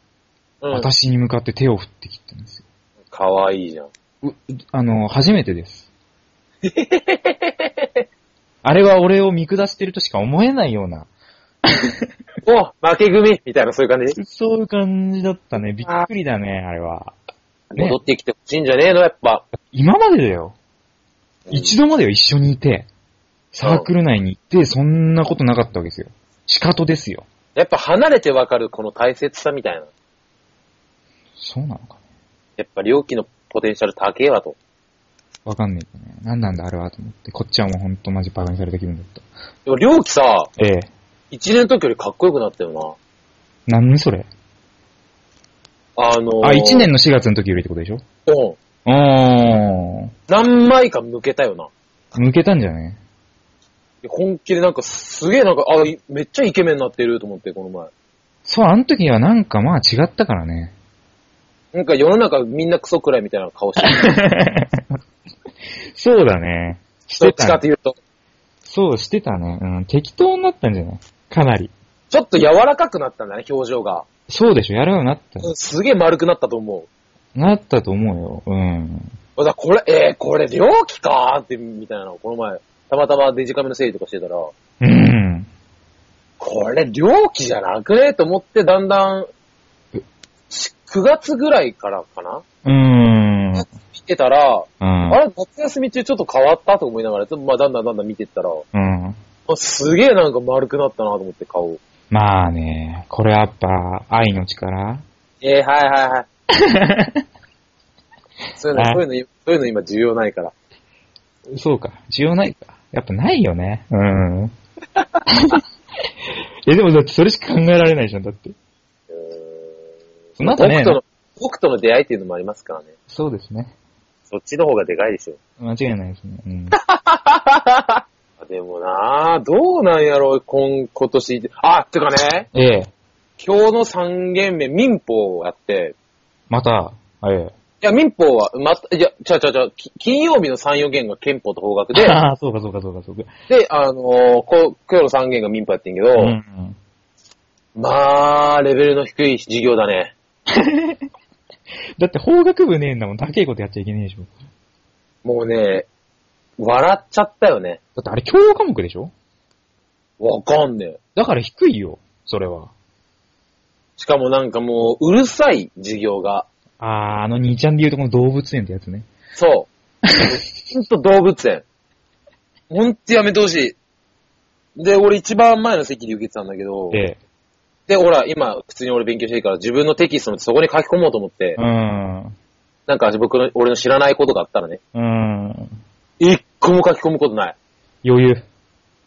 Speaker 1: うん。
Speaker 2: 私に向かって手を振ってきたんですよ。
Speaker 1: かわいいじゃん。
Speaker 2: う、あの、初めてです。 あれは俺を見下してるとしか思えないような、
Speaker 1: お負け組みたいな、そういう感じ。
Speaker 2: そういう感じだったね。びっくりだね、あれは。ね
Speaker 1: 戻ってきてほしいんじゃねえの、やっぱ。
Speaker 2: 今までだよ。一度までは一緒にいて、サークル内に行って、そんなことなかったわけですよ。仕方ですよ。
Speaker 1: やっぱ離れてわかるこの大切さみたいな。
Speaker 2: そうなのかね。
Speaker 1: やっぱ両機のポテンシャル高えわと。
Speaker 2: わかんないけどね。なんなんだあれはと思って。こっちはもうほんとマジバカにされた気分だった。
Speaker 1: でも両機さ、
Speaker 2: ええ。
Speaker 1: 一年の時よりかっこよくなったよ
Speaker 2: 何それ
Speaker 1: な。あのー、
Speaker 2: あ、1年の4月の時よりってことでしょ
Speaker 1: うん。
Speaker 2: おー。
Speaker 1: 何枚か抜けたよな。
Speaker 2: 抜けたんじゃね
Speaker 1: 本気でなんかすげえなんか、あ、いめっちゃイケメンになってると思って、この前。
Speaker 2: そう、あの時はなんかまあ違ったからね。
Speaker 1: なんか世の中みんなクソくらいみたいな顔してる。
Speaker 2: そうだね。し
Speaker 1: どってちか
Speaker 2: た、
Speaker 1: っていうと。
Speaker 2: そう、してたね。うん、適当になったんじゃないかなり。
Speaker 1: ちょっと柔らかくなったんだね、表情が。
Speaker 2: そうでしょ、やるようになった。
Speaker 1: うんすげえ丸くなったと思う。
Speaker 2: なったと思うよ。うん。
Speaker 1: だからこれ、えー、これ両機かーって、みたいなの、この前、たまたまデジカメの整理とかしてたら、
Speaker 2: うん。
Speaker 1: これ、猟奇じゃなくねと思って、だんだん、し9月ぐらいからかな
Speaker 2: うん。うん。
Speaker 1: 見てたら、
Speaker 2: う
Speaker 1: あ
Speaker 2: ん。
Speaker 1: れ、夏休み中ちょっと変わったと思いながら、ちょっとまあ、だんだんだんだん見てったら、
Speaker 2: うん。
Speaker 1: あすげえなんか丸くなったなと思って、顔。
Speaker 2: まあね、これやっぱ、愛の力
Speaker 1: えー、はいはいはい。 そういうの、
Speaker 2: あ
Speaker 1: そういうの、そういうの今重要ないから。
Speaker 2: そうか。需要ないか。やっぱないよね。 うん。え、でもだってそれしか考えられないじゃん、だって。
Speaker 1: うー
Speaker 2: その後ね
Speaker 1: 僕との、僕との出会いっていうのもありますからね。
Speaker 2: そうですね。
Speaker 1: そっちの方がでかいでしょ。
Speaker 2: 間違いないですね。うん。
Speaker 1: あでもなぁ、どうなんやろう、今、今年。あ、てかね、
Speaker 2: ええ。
Speaker 1: 今日の三軒目、民法をやって、
Speaker 2: また、ええ。
Speaker 1: や、民法は、また、いや、ちゃうちゃうちゃう、き金曜日の3、4弦が憲法と法学で、
Speaker 2: ああ、 そうかそうかそうかそうか。
Speaker 1: で、あのー、こ今日の3弦が民法やってんけど、
Speaker 2: うんうん。
Speaker 1: まあ、レベルの低い授業だね。
Speaker 2: だって法学部ねえんだもん、高いことやっちゃいけねえでしょ。
Speaker 1: もうね、笑っちゃったよね。
Speaker 2: だってあれ教養科目でしょ
Speaker 1: わかんねえ。
Speaker 2: だから低いよ、それは。
Speaker 1: しかもなんかもう、うるさい授業が。
Speaker 2: ああ、あの兄ちゃんで言うとこの動物園ってやつね。
Speaker 1: そう。ほんと動物 園。ほんとやめてほしい。で、俺一番前の席で受けてたんだけど、
Speaker 2: ええ。
Speaker 1: で、ほら、今、普通に俺勉強してるから、自分のテキストもそこに書き込もうと思って
Speaker 2: う、ん。
Speaker 1: なんか僕の、俺の知らないことがあったらね、
Speaker 2: うん。
Speaker 1: 一個も書き込むことない。
Speaker 2: 余裕。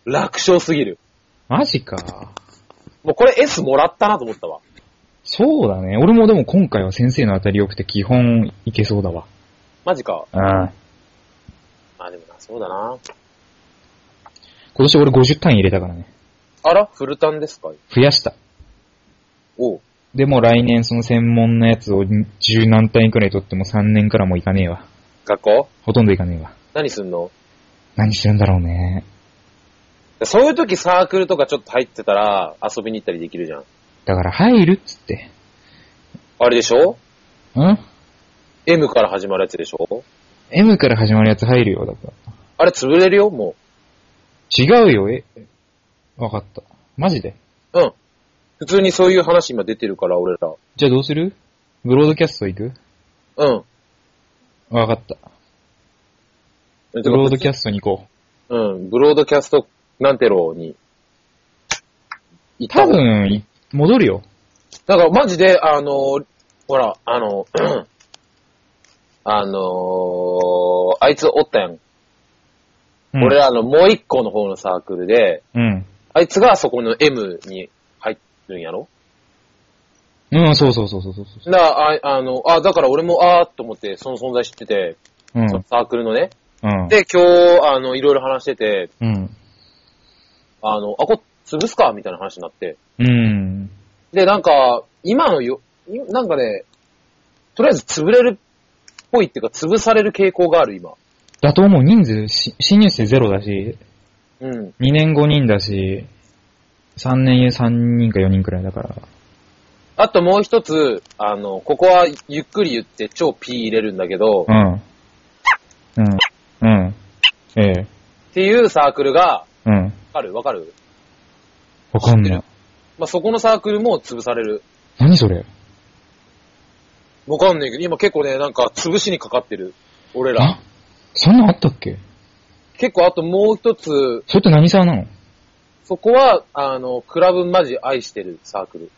Speaker 1: 楽勝すぎる。
Speaker 2: マジか。
Speaker 1: もうこれ S もらったなと思ったわ。
Speaker 2: そうだね。俺もでも今回は先生の当たり良くて基本いけそうだわ。
Speaker 1: マジか。
Speaker 2: うん。今
Speaker 1: まあでもな、そうだな。
Speaker 2: 年俺50単位入れたからね。
Speaker 1: あらフルタンですか
Speaker 2: 増やした。
Speaker 1: おう。
Speaker 2: でも来年その専門のやつを十何単位くらい取っても3年からもいかねえわ。
Speaker 1: 学校
Speaker 2: ほとんどいかねえわ。
Speaker 1: 何すんの
Speaker 2: 何してるんだろうね。
Speaker 1: そういう時サークルとかちょっと入ってたら遊びに行ったりできるじゃん。
Speaker 2: だから入るっつって。
Speaker 1: あれでしょ
Speaker 2: ん
Speaker 1: ?M から始まるやつでしょ
Speaker 2: ?M から始まるやつ入るよ、だから。
Speaker 1: あれ潰れるよも
Speaker 2: 違うよ、え。わかった。マジで
Speaker 1: う。うん。普通にそういう話今出てるから、俺ら。
Speaker 2: じゃあどうするブロードキャスト行く
Speaker 1: うん。
Speaker 2: わかった。
Speaker 1: ブ
Speaker 2: ブロードキャストに行こ
Speaker 1: うん。ブロードキャストなんてろうに。
Speaker 2: う。多分、い戻るよ。
Speaker 1: だからマジで、あのー、ほら、あの ー、あのー、あいつおったやん。
Speaker 2: うん、
Speaker 1: 俺らのもう一個の方のサークルで、
Speaker 2: うん。
Speaker 1: あいつがそこの M に入るんやろ
Speaker 2: うん、そうそうそうそうそうそ
Speaker 1: だから、ああの、あ、だから俺も、あーっと思って、その存在知ってて、
Speaker 2: う。うん。
Speaker 1: そのサークルのね。
Speaker 2: うん。
Speaker 1: で、今日、あの、いろいろ話してて、
Speaker 2: うん。
Speaker 1: あの、あ、こ、潰すかみたいな話になって。
Speaker 2: うん。
Speaker 1: で、なんか、今のよ、いなんかね、とりあえず潰れるっぽいっていうか、潰される傾向がある、今。
Speaker 2: だと思う。人数し、新入生ゼロだし、
Speaker 1: うん。
Speaker 2: 2年5人だし、3年3人か4人くらいだから。
Speaker 1: あともう一つ、あの、ここはゆっくり言って超 P 入れるんだけど、
Speaker 2: う
Speaker 1: っ
Speaker 2: ん。うん。うん。ええ。
Speaker 1: ていうサークルが、
Speaker 2: うん。
Speaker 1: わかるわかる
Speaker 2: わかんない。
Speaker 1: まあ、そこのサークルも潰される。
Speaker 2: 何それ
Speaker 1: わかんないけど、今結構ね、なんか潰しにかかってる。俺ら。
Speaker 2: あそんなんあったっけ
Speaker 1: 結構あともう一つ、
Speaker 2: それって何さなの
Speaker 1: そこは、あの、クラブマジ愛してるサークル。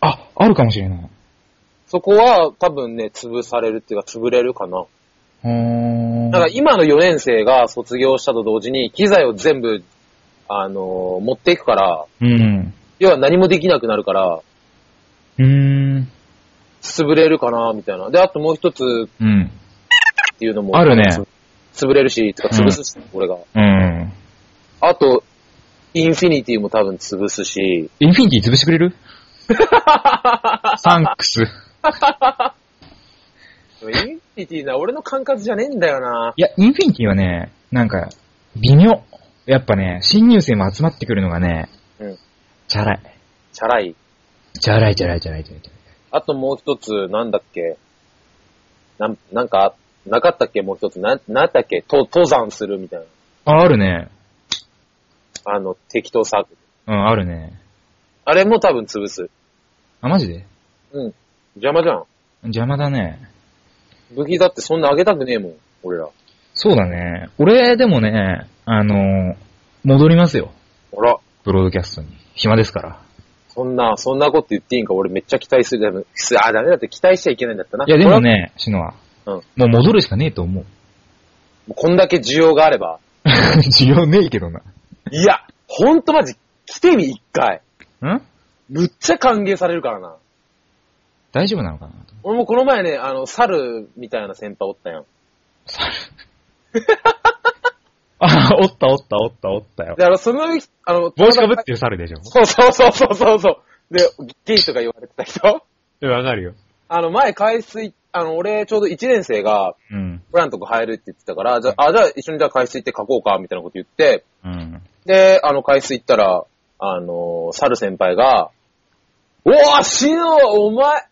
Speaker 2: あ、あるかもしれない。
Speaker 1: そこは多分ね、潰されるっていうか、潰れるかな。
Speaker 2: うーん。
Speaker 1: だから今の4年生が卒業したと同時に、機材を全部、あの持っていくから、
Speaker 2: うん。
Speaker 1: 要は何もできなくなるから、
Speaker 2: うーん。
Speaker 1: 潰れるかな、みたいな。で、あともう一つ
Speaker 2: うん。
Speaker 1: っていうのも。
Speaker 2: あるね。
Speaker 1: 潰れるし、とか潰すし、俺が。
Speaker 2: うん。
Speaker 1: あと、インフィニティも多分潰すし、
Speaker 2: インフィニティ潰してくれ るサンクス。
Speaker 1: でもインフィニティな、俺の管轄じゃねえんだよな。
Speaker 2: いや、インフィニティはね、なんか、微妙。やっぱね、新入生も集まってくるのがね、
Speaker 1: うん
Speaker 2: チャラい。
Speaker 1: チャラい。
Speaker 2: チャラい、チャラい、チャラい、チャラい。
Speaker 1: あともう一つ、なんだっけ。なん、なんか、なかったっけもう一つ。な、なんだっけと登山するみたいな。
Speaker 2: あ、あるね。
Speaker 1: あの、適当サークル。
Speaker 2: うん、あるね。
Speaker 1: あれも多分潰す。
Speaker 2: あ、マジで
Speaker 1: うん。邪魔じゃん。
Speaker 2: 邪魔だね。
Speaker 1: 武器だってそんなあげたくねえもん。俺ら。
Speaker 2: そうだね。俺、でもね、あの、戻りますよ。
Speaker 1: ほら。
Speaker 2: ブロードキャストに。暇ですから。
Speaker 1: そんな、そんなこと言っていいんか、俺めっちゃ期待する。でもあ、ダメだって期待しちゃいけないんだったな。
Speaker 2: いや、でもね、シノは。
Speaker 1: うん
Speaker 2: もう戻るしかねえと思う。
Speaker 1: これは。こんだけ需要があれば。
Speaker 2: 需要ねえけどな。
Speaker 1: いや、ほんとマジ、来てみ一回。
Speaker 2: ん
Speaker 1: むっちゃ歓迎されるからな。
Speaker 2: 大丈夫なのかなと
Speaker 1: 俺もこの前ね、あの、猿みたいな先輩おったやん。
Speaker 2: あ、 おったおったおったおったよ。
Speaker 1: で、あの、その、あの、
Speaker 2: 帽子かぶってる猿でしょ。
Speaker 1: そうそうそうそうそうそう。で、ゲイとか言われてた人
Speaker 2: わかるよ。
Speaker 1: あの、前、海水、あの、俺、ちょうど1年生が、
Speaker 2: うん。
Speaker 1: プランとか入るって言ってたから、じゃあ、あじゃあ一緒にじゃあ海水って書こうか、みたいなこと言って、
Speaker 2: うん。
Speaker 1: で、あの、海水行ったら、あの、猿先輩が、おー、シノお前、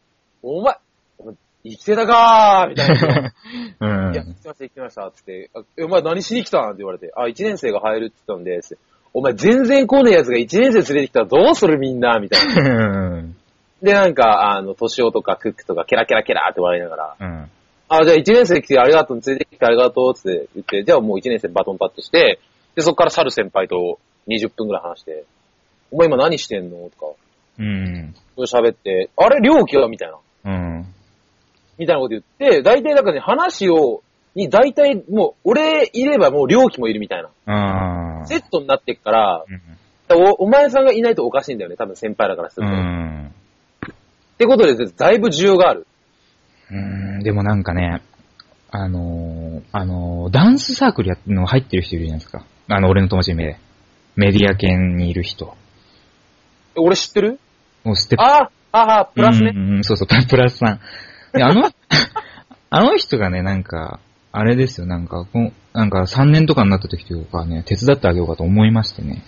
Speaker 1: お前、お前生きてたかーみたい な。
Speaker 2: うん
Speaker 1: いや、。来てました、来てました、つって、あえお前何しに来たんって言われて、あ、1年生が入るって言ったんで、つってお前全然来ねえ奴が1年生連れてきたらどうするみんな、みたいな。
Speaker 2: うん。
Speaker 1: で、なんか、あの、年男とかクックとかケラケラケラって笑いながら、
Speaker 2: うん。
Speaker 1: あ、じゃあ1年生来てありがとう、連れてきてありがとう、つって言って、じゃあもう1年生バトンタッチして、で、そっから猿先輩と20分ぐらい話して、お前今何してんのとか、
Speaker 2: うん。
Speaker 1: それ喋って、あれ、料金はみたいな。
Speaker 2: うん。
Speaker 1: みたいなこと言って、大体なんかね、話を、に大体もう、俺いればもう料金もいるみたいな。
Speaker 2: ああ。
Speaker 1: セットになってっから、お、お前さんがいないとおかしいんだよね、多分先輩だからす
Speaker 2: う
Speaker 1: ると。っ
Speaker 2: ん。
Speaker 1: てことで、だいぶ需要がある。
Speaker 2: うん。でもなんかね、あのー、あのー、ダンスサークルやっての入ってる人いるじゃないですか。あの、俺の友達にで。メディア圏にいる人。
Speaker 1: え俺知ってる
Speaker 2: もうステップ。
Speaker 1: ああ、ああ、プラスね
Speaker 2: う。んうん、そう そう、プラプラスさん。であの、 あの人がね、なんか、あれですよ、なんか、このなんか3年とかになった時とかね、手伝ってあげようかと思いましてね。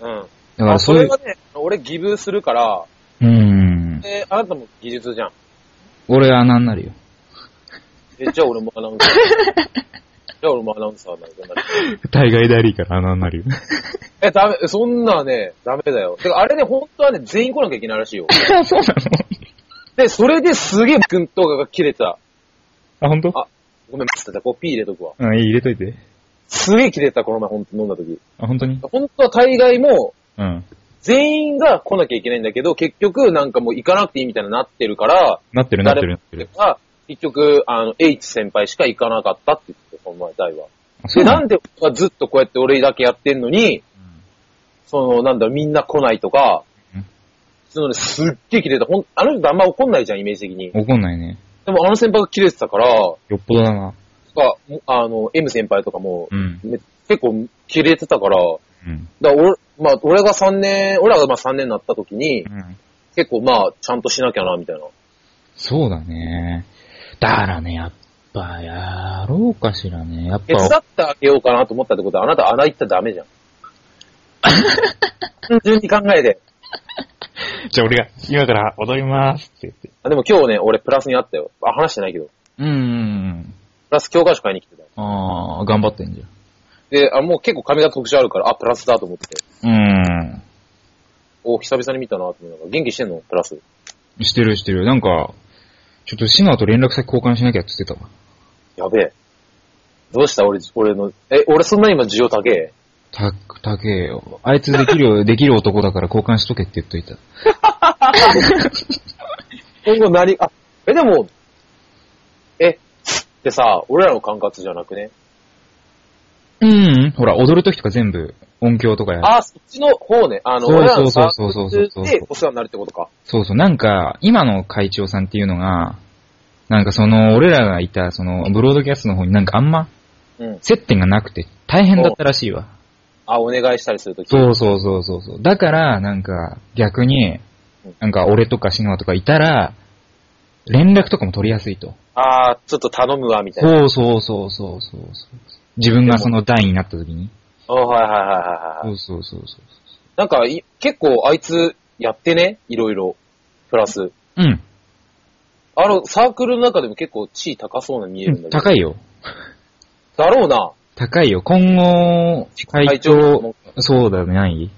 Speaker 1: うん。
Speaker 2: だから
Speaker 1: あ
Speaker 2: そ
Speaker 1: そう
Speaker 2: い
Speaker 1: れ
Speaker 2: う
Speaker 1: は、ね、俺ギブするから、
Speaker 2: うん。
Speaker 1: えあなたも技術じゃん。
Speaker 2: 俺穴になるよ。
Speaker 1: え、じゃあ俺もアナウンサー。 じゃあ俺もアナウンサーになるなる。
Speaker 2: 大概ダリーから穴になるよ。
Speaker 1: え、ダメ、そんなね、ダメだよ。てか、あれね、本当はね、全員来なきゃいけないらしいよ。
Speaker 2: そうなの
Speaker 1: で、それですげえ、くんとかが切れてた。
Speaker 2: あ、本当
Speaker 1: あごめん、ちょっとこう、ピー入れとくわ。
Speaker 2: うん、いい、入れといて。
Speaker 1: すげえ切れてた、この前、ほんと飲んだ時。
Speaker 2: あ、本当に
Speaker 1: 本当は大概も、
Speaker 2: うん。
Speaker 1: 全員が来なきゃいけないんだけど、結局、なんかもう行かなくていいみたいになってるから、
Speaker 2: なってるなってるなってる。
Speaker 1: が、結局、あの、H 先輩しか行かなかったって言ってた、この前、大は。
Speaker 2: あそ
Speaker 1: で、
Speaker 2: う
Speaker 1: な
Speaker 2: なんん
Speaker 1: で僕がずっとこうやって俺だけやってんのに、その、なんだろう、みんな来ないとか
Speaker 2: うん、
Speaker 1: そのね、すっげえ切れた。ほん、あの人あんま怒んないじゃん、イメージ的に。
Speaker 2: 怒んないね。
Speaker 1: でもあの先輩が切れてたから、
Speaker 2: よっぽどだな。
Speaker 1: がもあの、M 先輩とかも、
Speaker 2: うん。
Speaker 1: め結構切れてたから、
Speaker 2: うん。
Speaker 1: だから俺、まあ、俺が3年、俺らがまあ3年になった時に
Speaker 2: う、ん。
Speaker 1: 結構まあ、ちゃんとしなきゃな、みたいな。
Speaker 2: そうだね。だからね、やっぱ、やろうかしらね。やっ
Speaker 1: 手伝
Speaker 2: ぱ、
Speaker 1: ってあげようかなと思ったってことは、あなた穴行ったらダメ じゃん。単純に考えて。
Speaker 2: じゃあ俺が、今から踊りますって言って。
Speaker 1: あでも今日ね、俺プラスにあったよ。あ、話してないけど。プ
Speaker 2: うんうん
Speaker 1: ラス教科書買いに来てた。
Speaker 2: うん。ああ、頑張ってんじ
Speaker 1: で、あ、もう結構髪型特徴あるから、あ、プラスだと思って。
Speaker 2: ゃん。
Speaker 1: お、久々に見たなと思いながら、元気してんのプラス。
Speaker 2: うん。してるしてる。なんか、ちょっとシノアと連絡先交換しなきゃって言ってたわ。
Speaker 1: やべえ。どうした俺、俺の、え、俺そんな今需要高え。
Speaker 2: た、たけえよ。あいつできる よ、できる男だから交換しとけって言っといた。
Speaker 1: 今後何、あ、え、でも、え、ってさ、俺らの管轄じゃなくね。
Speaker 2: うん、うん。ほら、踊る時とか全部音響とかやる。
Speaker 1: あ、そっちの方ね。あの、
Speaker 2: そう
Speaker 1: 俺ら
Speaker 2: そ
Speaker 1: の
Speaker 2: う
Speaker 1: サ
Speaker 2: そう
Speaker 1: ー
Speaker 2: そうそう
Speaker 1: ク
Speaker 2: そう
Speaker 1: ルでお世話になるってことか。
Speaker 2: そうそう、なんか、今の会長さんっていうのが、なんかその、俺らがいた、その、ブロードキャストの方になんかあんま、
Speaker 1: うん。
Speaker 2: 接点がなくて、大変だったらしいわ。
Speaker 1: あ、お願いしたりするとき。
Speaker 2: そうそうそうそうそう。だから、なんか、逆に
Speaker 1: うん、
Speaker 2: なんか俺とかシノアとかいたら、連絡とかも取りやすいと。
Speaker 1: あー、ちょっと頼むわ、みたいな。
Speaker 2: そうそうそうそうそうそう。自分がその段位になった時に。
Speaker 1: あはいはいはいはいはい。
Speaker 2: そうそうそうそう。
Speaker 1: なんかい、結構あいつやってね、いろいろ。プラス。
Speaker 2: うん。
Speaker 1: あの、サークルの中でも結構地位高そうな見えるんだけど。
Speaker 2: 高いよ。
Speaker 1: だろうな。
Speaker 2: 高いよ。今後、会長、そうだね、ない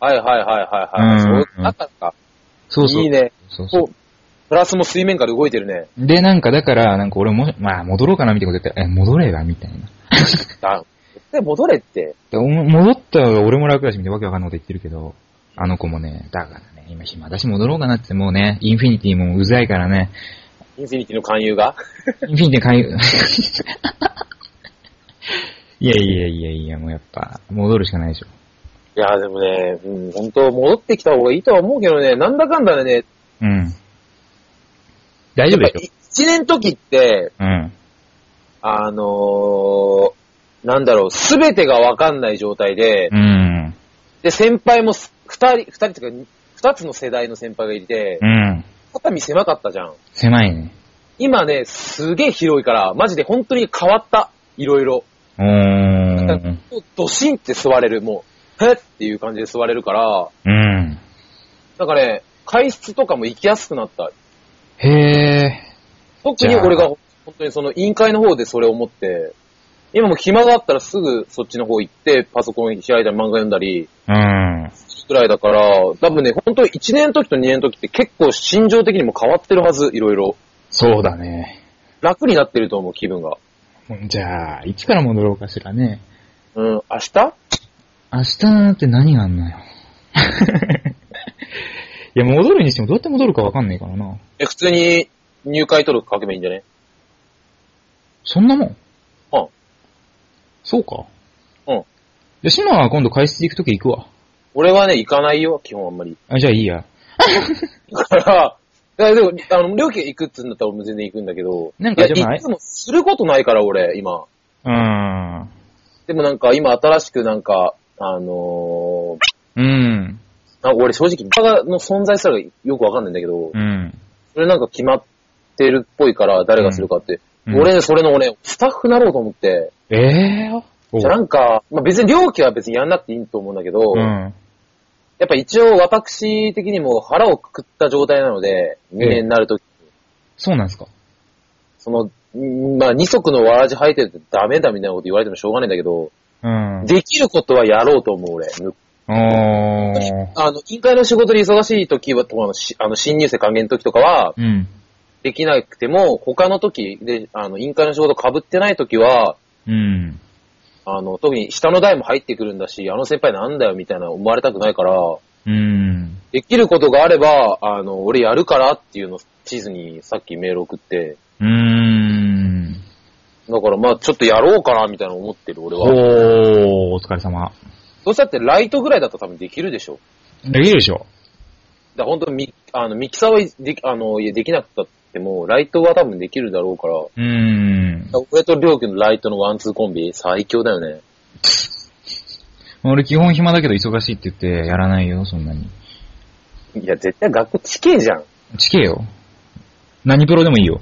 Speaker 1: はいはいはいはいはい。
Speaker 2: うん
Speaker 1: そうなったか。
Speaker 2: そうそう。
Speaker 1: いいね。
Speaker 2: そうそう
Speaker 1: こう、プラスも水面下で動いてるね。
Speaker 2: で、なんかだから、なんか俺も、まあ戻ろうかなみたいなこと言って、え、戻ればみたいな。
Speaker 1: だ、で戻れって。
Speaker 2: でお戻った方が俺も楽だし、みたいなわけわかんないこと言ってるけど、あの子もね、だからね、今暇だし戻ろうかなって、もうね、インフィニティもうざいからね、
Speaker 1: インフィニティの勧誘が。
Speaker 2: インフィニティ買い、 いやいやいやいや、もうやっぱ、戻るしかないでしょ。
Speaker 1: いや、でもね、うん、本当戻ってきた方がいいとは思うけどね、なんだかんだでね、
Speaker 2: うん。大丈夫
Speaker 1: やっ
Speaker 2: でし
Speaker 1: 1
Speaker 2: ょ
Speaker 1: 年時って、
Speaker 2: うん。
Speaker 1: あのー、なんだろう、すべてがわかんない状態で、
Speaker 2: うん。
Speaker 1: で、先輩もす二人、二人というか、二つの世代の先輩がいて、
Speaker 2: うん。
Speaker 1: 畳狭かったじゃん。
Speaker 2: 狭いね。
Speaker 1: 今ね、すげえ広いから、マジで本当に変わった。いろいろ。
Speaker 2: うーん。
Speaker 1: ドシンって座れる、もう、へっっていう感じで座れるから、
Speaker 2: うん。
Speaker 1: なんかね、会室とかも行きやすくなった。
Speaker 2: へえ。
Speaker 1: 特に俺が本当にその委員会の方でそれを思って、今もう暇があったらすぐそっちの方行って、パソコン開いたり漫画読んだり、
Speaker 2: うん。
Speaker 1: くらいだから、多分ね、本当1年の時と2年の時って結構心情的にも変わってるはず、いろいろ。
Speaker 2: そうだね。
Speaker 1: 楽になってると思う、気分が。
Speaker 2: じゃあ、いつから戻ろうかしらね。
Speaker 1: うん、明日
Speaker 2: 明日なんて何があんのよ。 いや、戻るにしてもどうやって戻るかわかんないからな。
Speaker 1: え、普通に入会登録書けばいいんじゃね
Speaker 2: そんなもん。
Speaker 1: うん。
Speaker 2: そうか。
Speaker 1: うん。
Speaker 2: じゃ、シマは今度会室行くとき行くわ。
Speaker 1: 俺はね、行かないよ、基本あんまり。
Speaker 2: あ、じゃあいいや。
Speaker 1: だから、いやでも、あの、料金行くっつうんだったら俺も全然行くんだけど。
Speaker 2: なんか
Speaker 1: いや
Speaker 2: じゃない
Speaker 1: いつもすることないから、俺、今。
Speaker 2: うーん。
Speaker 1: でもなんか、今新しくなんか、あのー、
Speaker 2: うん。
Speaker 1: あ俺正直、バカの存在すらよくわかんないんだけど、
Speaker 2: うん。
Speaker 1: それなんか決まってるっぽいから、誰がするかって。
Speaker 2: うん
Speaker 1: 俺ね、それの俺、スタッフになろうと思って、
Speaker 2: ええー、おう
Speaker 1: じゃあなんか、まあ、別に料金は別にやんなくていいと思うんだけど、
Speaker 2: う
Speaker 1: やっ
Speaker 2: ん。
Speaker 1: ぱ一応私的にも腹をくくった状態なので、2年になるとき、
Speaker 2: そうなんですか。
Speaker 1: その、んまあ、二足のわらじ履いてるってダメだみたいなこと言われてもしょうがないんだけど、
Speaker 2: うん。
Speaker 1: できることはやろうと思う、俺。
Speaker 2: おー。
Speaker 1: あの、委員会の仕事に忙しい時は、とかのしあの、新入生還元の時とかは、
Speaker 2: うん。
Speaker 1: できなくても、他の時で、あの、委員会の仕事被ってない時は、
Speaker 2: うん。
Speaker 1: あの、特に下の代も入ってくるんだし、あの先輩なんだよみたいな思われたくないから、
Speaker 2: うん。
Speaker 1: できることがあれば、あの、俺やるからっていうのを地図にさっきメール送って、
Speaker 2: うーん。
Speaker 1: だからまあちょっとやろうかなみたいな思ってる俺は。
Speaker 2: おー、お疲れ様。
Speaker 1: どうしたってライトぐらいだと多分できるでしょ。
Speaker 2: できるでしょ。
Speaker 1: だから本当にミあのミキサーはできあのいやできなくたっても、ライトは多分できるだろうから、
Speaker 2: うーん。
Speaker 1: 俺とりょうくんのライトのワンツーコンビ、最強だよね。
Speaker 2: 俺基本暇だけど忙しいって言ってやらないよ、そんなに。
Speaker 1: いや、絶対学校地形じゃん。
Speaker 2: 地形よ。何プロでもいいよ。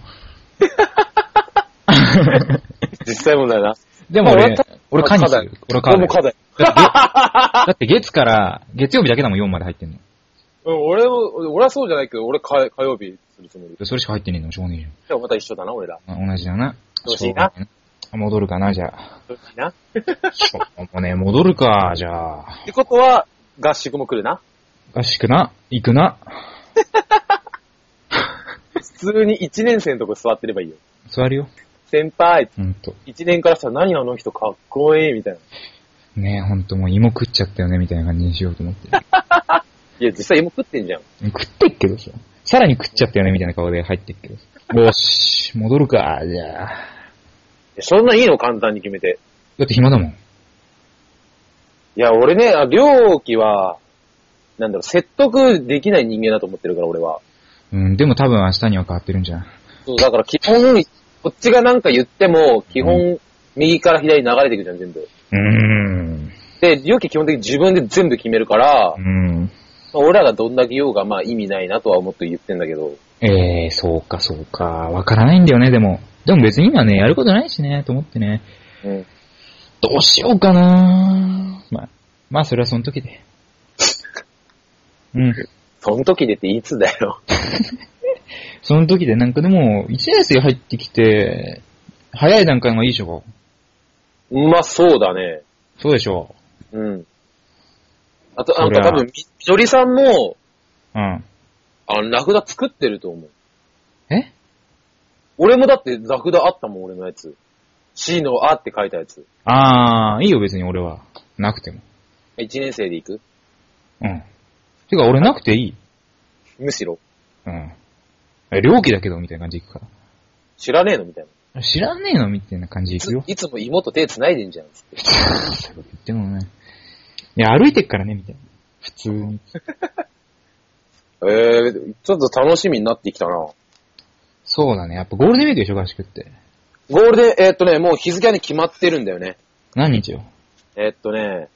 Speaker 1: 実際問題な。
Speaker 2: でも
Speaker 1: まあ
Speaker 2: 俺
Speaker 1: 俺た、
Speaker 2: 俺
Speaker 1: まあ
Speaker 2: 課にする。俺
Speaker 1: 俺
Speaker 2: 課
Speaker 1: も
Speaker 2: だ
Speaker 1: 課
Speaker 2: よ
Speaker 1: 題。
Speaker 2: だって月から、月曜日だけだもん4まで入ってんの。
Speaker 1: うん、俺も、俺はそうじゃないけど、俺火火曜日するつもり。
Speaker 2: それしか入ってねえの、しょうがねえよ。
Speaker 1: じゃあまた一緒だな、俺ら。
Speaker 2: まあ同じだな。
Speaker 1: 同じだ
Speaker 2: しょうがねえな。戻るかな、じゃあ。
Speaker 1: な。っ
Speaker 2: しょうもねえ、戻るか、じゃあ。
Speaker 1: てことは、合宿も来るな。
Speaker 2: 合宿な、行くな。
Speaker 1: 普通に1年生のとこ座ってればいいよ。
Speaker 2: 座るよ。
Speaker 1: 先輩、
Speaker 2: ほんと。
Speaker 1: 1年からしたら何あの人かっこいいみたいな。
Speaker 2: ねえ、ほんともう芋食っちゃったよね、みたいな感じにしようと思って。
Speaker 1: いや、実際今食ってんじゃん。
Speaker 2: 食ってっけどさ。さらに食っちゃったよね、みたいな顔で入ってっけどさ。よし、戻るか、じゃあ。
Speaker 1: そんないいの簡単に決めて。
Speaker 2: だって暇だも
Speaker 1: い
Speaker 2: ん。
Speaker 1: や、俺ね、あ料金は、なんだろう、説得できない人間だと思ってるから、俺は。
Speaker 2: うん、でも多分明日には変わってるんじゃん。
Speaker 1: そう、だから基本、こっちがなんか言っても、基本、右から左に流れていくじゃん、全部。
Speaker 2: うーん。
Speaker 1: で、料金基本的に自分で全部決めるから
Speaker 2: う、ん。
Speaker 1: 俺らがどんだけ言おうが、まあ意味ないなとは思って言ってんだけど、
Speaker 2: ええー、そうか、そうか。わからないんだよね、でも。でも別に今ね、やることないしね、と思ってね。
Speaker 1: うん。
Speaker 2: どうしようかなまあ、まあ、それはその時で。うん。
Speaker 1: その時でっていつだよ。
Speaker 2: その時で、なんかでも、一年生入ってきて、早い段階の方がいいでしょ。
Speaker 1: まあそうだね。
Speaker 2: そうでしょ。
Speaker 1: うん。あと、
Speaker 2: そ
Speaker 1: あ
Speaker 2: りゃ
Speaker 1: と多分、みみのりさんも、
Speaker 2: うん。
Speaker 1: あの、ラクダ作ってると思う。
Speaker 2: え
Speaker 1: 俺もだってラクダあったもん、俺のやつ。C のあって書いたやつ。
Speaker 2: あー、いいよ別に俺は。なくても。
Speaker 1: 1年生で行く
Speaker 2: うん。てか俺なくていい。
Speaker 1: むしろ。
Speaker 2: うん。え料金だけど、みたいな感じ行くか
Speaker 1: 知らねえのみたいな。
Speaker 2: ら。知らねえのみたいな感じ
Speaker 1: い
Speaker 2: 行く
Speaker 1: つ
Speaker 2: よ。
Speaker 1: いつも妹手繋いでんじゃん、つって。
Speaker 2: でもね。いや、歩いてっからね、みたいな。普通に。
Speaker 1: えー、ちょっと楽しみになってきたな。ゴ
Speaker 2: そうだね。やっぱゴールデンウィークでしょ、合宿って。
Speaker 1: ールデン、えーっとね、もう日付はね、決まってるんだよね。
Speaker 2: 何日よ。
Speaker 1: えーっとね、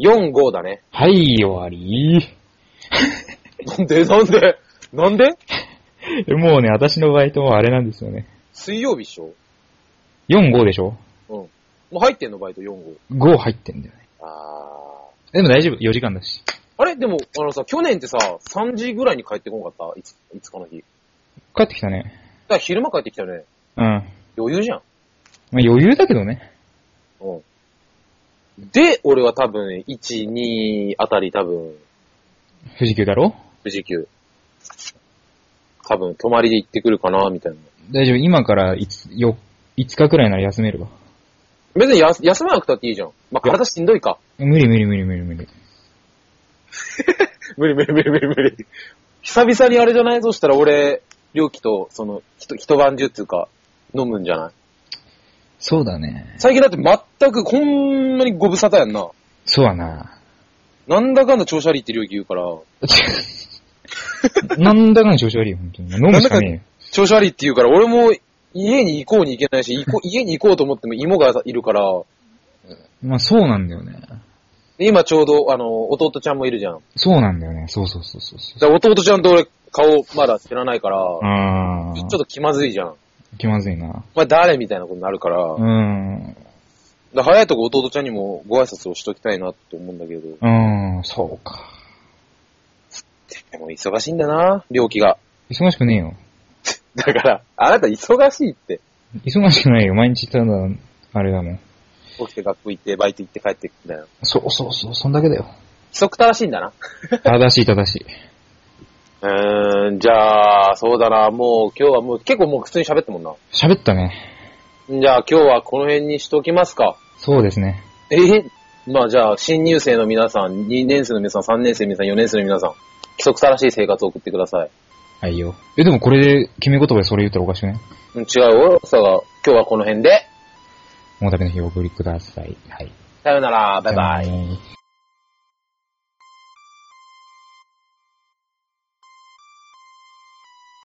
Speaker 1: 4、5だね。
Speaker 2: はい、終わり。
Speaker 1: なんでなんでなんで
Speaker 2: もうね、私のバイトはあれなんですよね。
Speaker 1: 水曜日っしょ
Speaker 2: 4、5でしょ
Speaker 1: うん。もう入ってんの、バイト4号。
Speaker 2: ?5 入ってんだよね。
Speaker 1: あ
Speaker 2: でも大丈夫、4時間だし。
Speaker 1: ー。あれでも、あのさ、去年ってさ、3時ぐらいに帰ってこなかったいつ、いつかの日。だ
Speaker 2: 帰ってきたね。
Speaker 1: から昼間帰ってきたよね。
Speaker 2: うん。
Speaker 1: 余裕じゃん。
Speaker 2: まあ余裕だけどね。
Speaker 1: うん。で、俺は多分、1、2あたり多分、
Speaker 2: 富士急だろ
Speaker 1: 富士急。多分、泊まりで行ってくるかな、みたいな。
Speaker 2: 大丈夫、今から5、よ5日くらいなら休めるわ。
Speaker 1: 別にやす休まなくたっていいじゃん。まあ、体しんどいか。
Speaker 2: 無理無理無理無理無理。
Speaker 1: 無理無理無理無理無理。久々にあれじゃないそしたら俺、猟奇と、その、ひと一晩中っていうか、飲むんじゃない
Speaker 2: そうだね。
Speaker 1: 最近だって全くこんなにご無沙汰やんな。
Speaker 2: そうだな。
Speaker 1: なんだかんだ調子悪いって猟奇言うから、
Speaker 2: なんだかの調子悪いよ、本当に。飲むしかね
Speaker 1: 調子悪いって言うから、俺も家に行こうに行けないし、行こ家に行こうと思っても芋がいるから、
Speaker 2: えよ。まあそうなんだよね。
Speaker 1: で今ちょうど、あの、弟ちゃんもいるじゃん。
Speaker 2: そうなんだよね。そうそうそうそうそう。
Speaker 1: だから弟ちゃんと俺、顔まだ知らないから、
Speaker 2: あ
Speaker 1: ちょ
Speaker 2: ー
Speaker 1: っと気まずいじゃん。
Speaker 2: 気まずいな。
Speaker 1: お前誰みたいなことになるから、
Speaker 2: うーん。
Speaker 1: だから早いとこ弟ちゃんにもご挨拶をしときたいなと思うんだけど、
Speaker 2: うーん、そうか。
Speaker 1: でも忙しいんだな、病気が。
Speaker 2: 忙しくねえよ。
Speaker 1: だから、あなた忙しいって。
Speaker 2: 忙しくないよ。毎日ただ、あれだもん。
Speaker 1: 起きて学校行って、バイト行って帰ってみたいな。規
Speaker 2: そうそうそう、そんだけだよ。
Speaker 1: 則正しいんだな。
Speaker 2: 正しい正しい。
Speaker 1: うーん、じゃあ、そうだな、もう今日はもう結構もう普通に喋ったもんな。
Speaker 2: 喋ったね。
Speaker 1: じゃあ今日はこの辺にしときますか。
Speaker 2: そうですね。
Speaker 1: えーまあじゃあ、新入生の皆さん、2年生の皆さん、3年生の皆さん、4年生の皆さん、規則正しい生活を送ってください。
Speaker 2: はいよ。え、でもこれで、決め言葉でそれ言ったらおかしくね
Speaker 1: うん違うよ、さが、今日はこの辺で、
Speaker 2: お食べの日をお送りください。はい。
Speaker 1: さよなら、バイバイ。
Speaker 2: イ。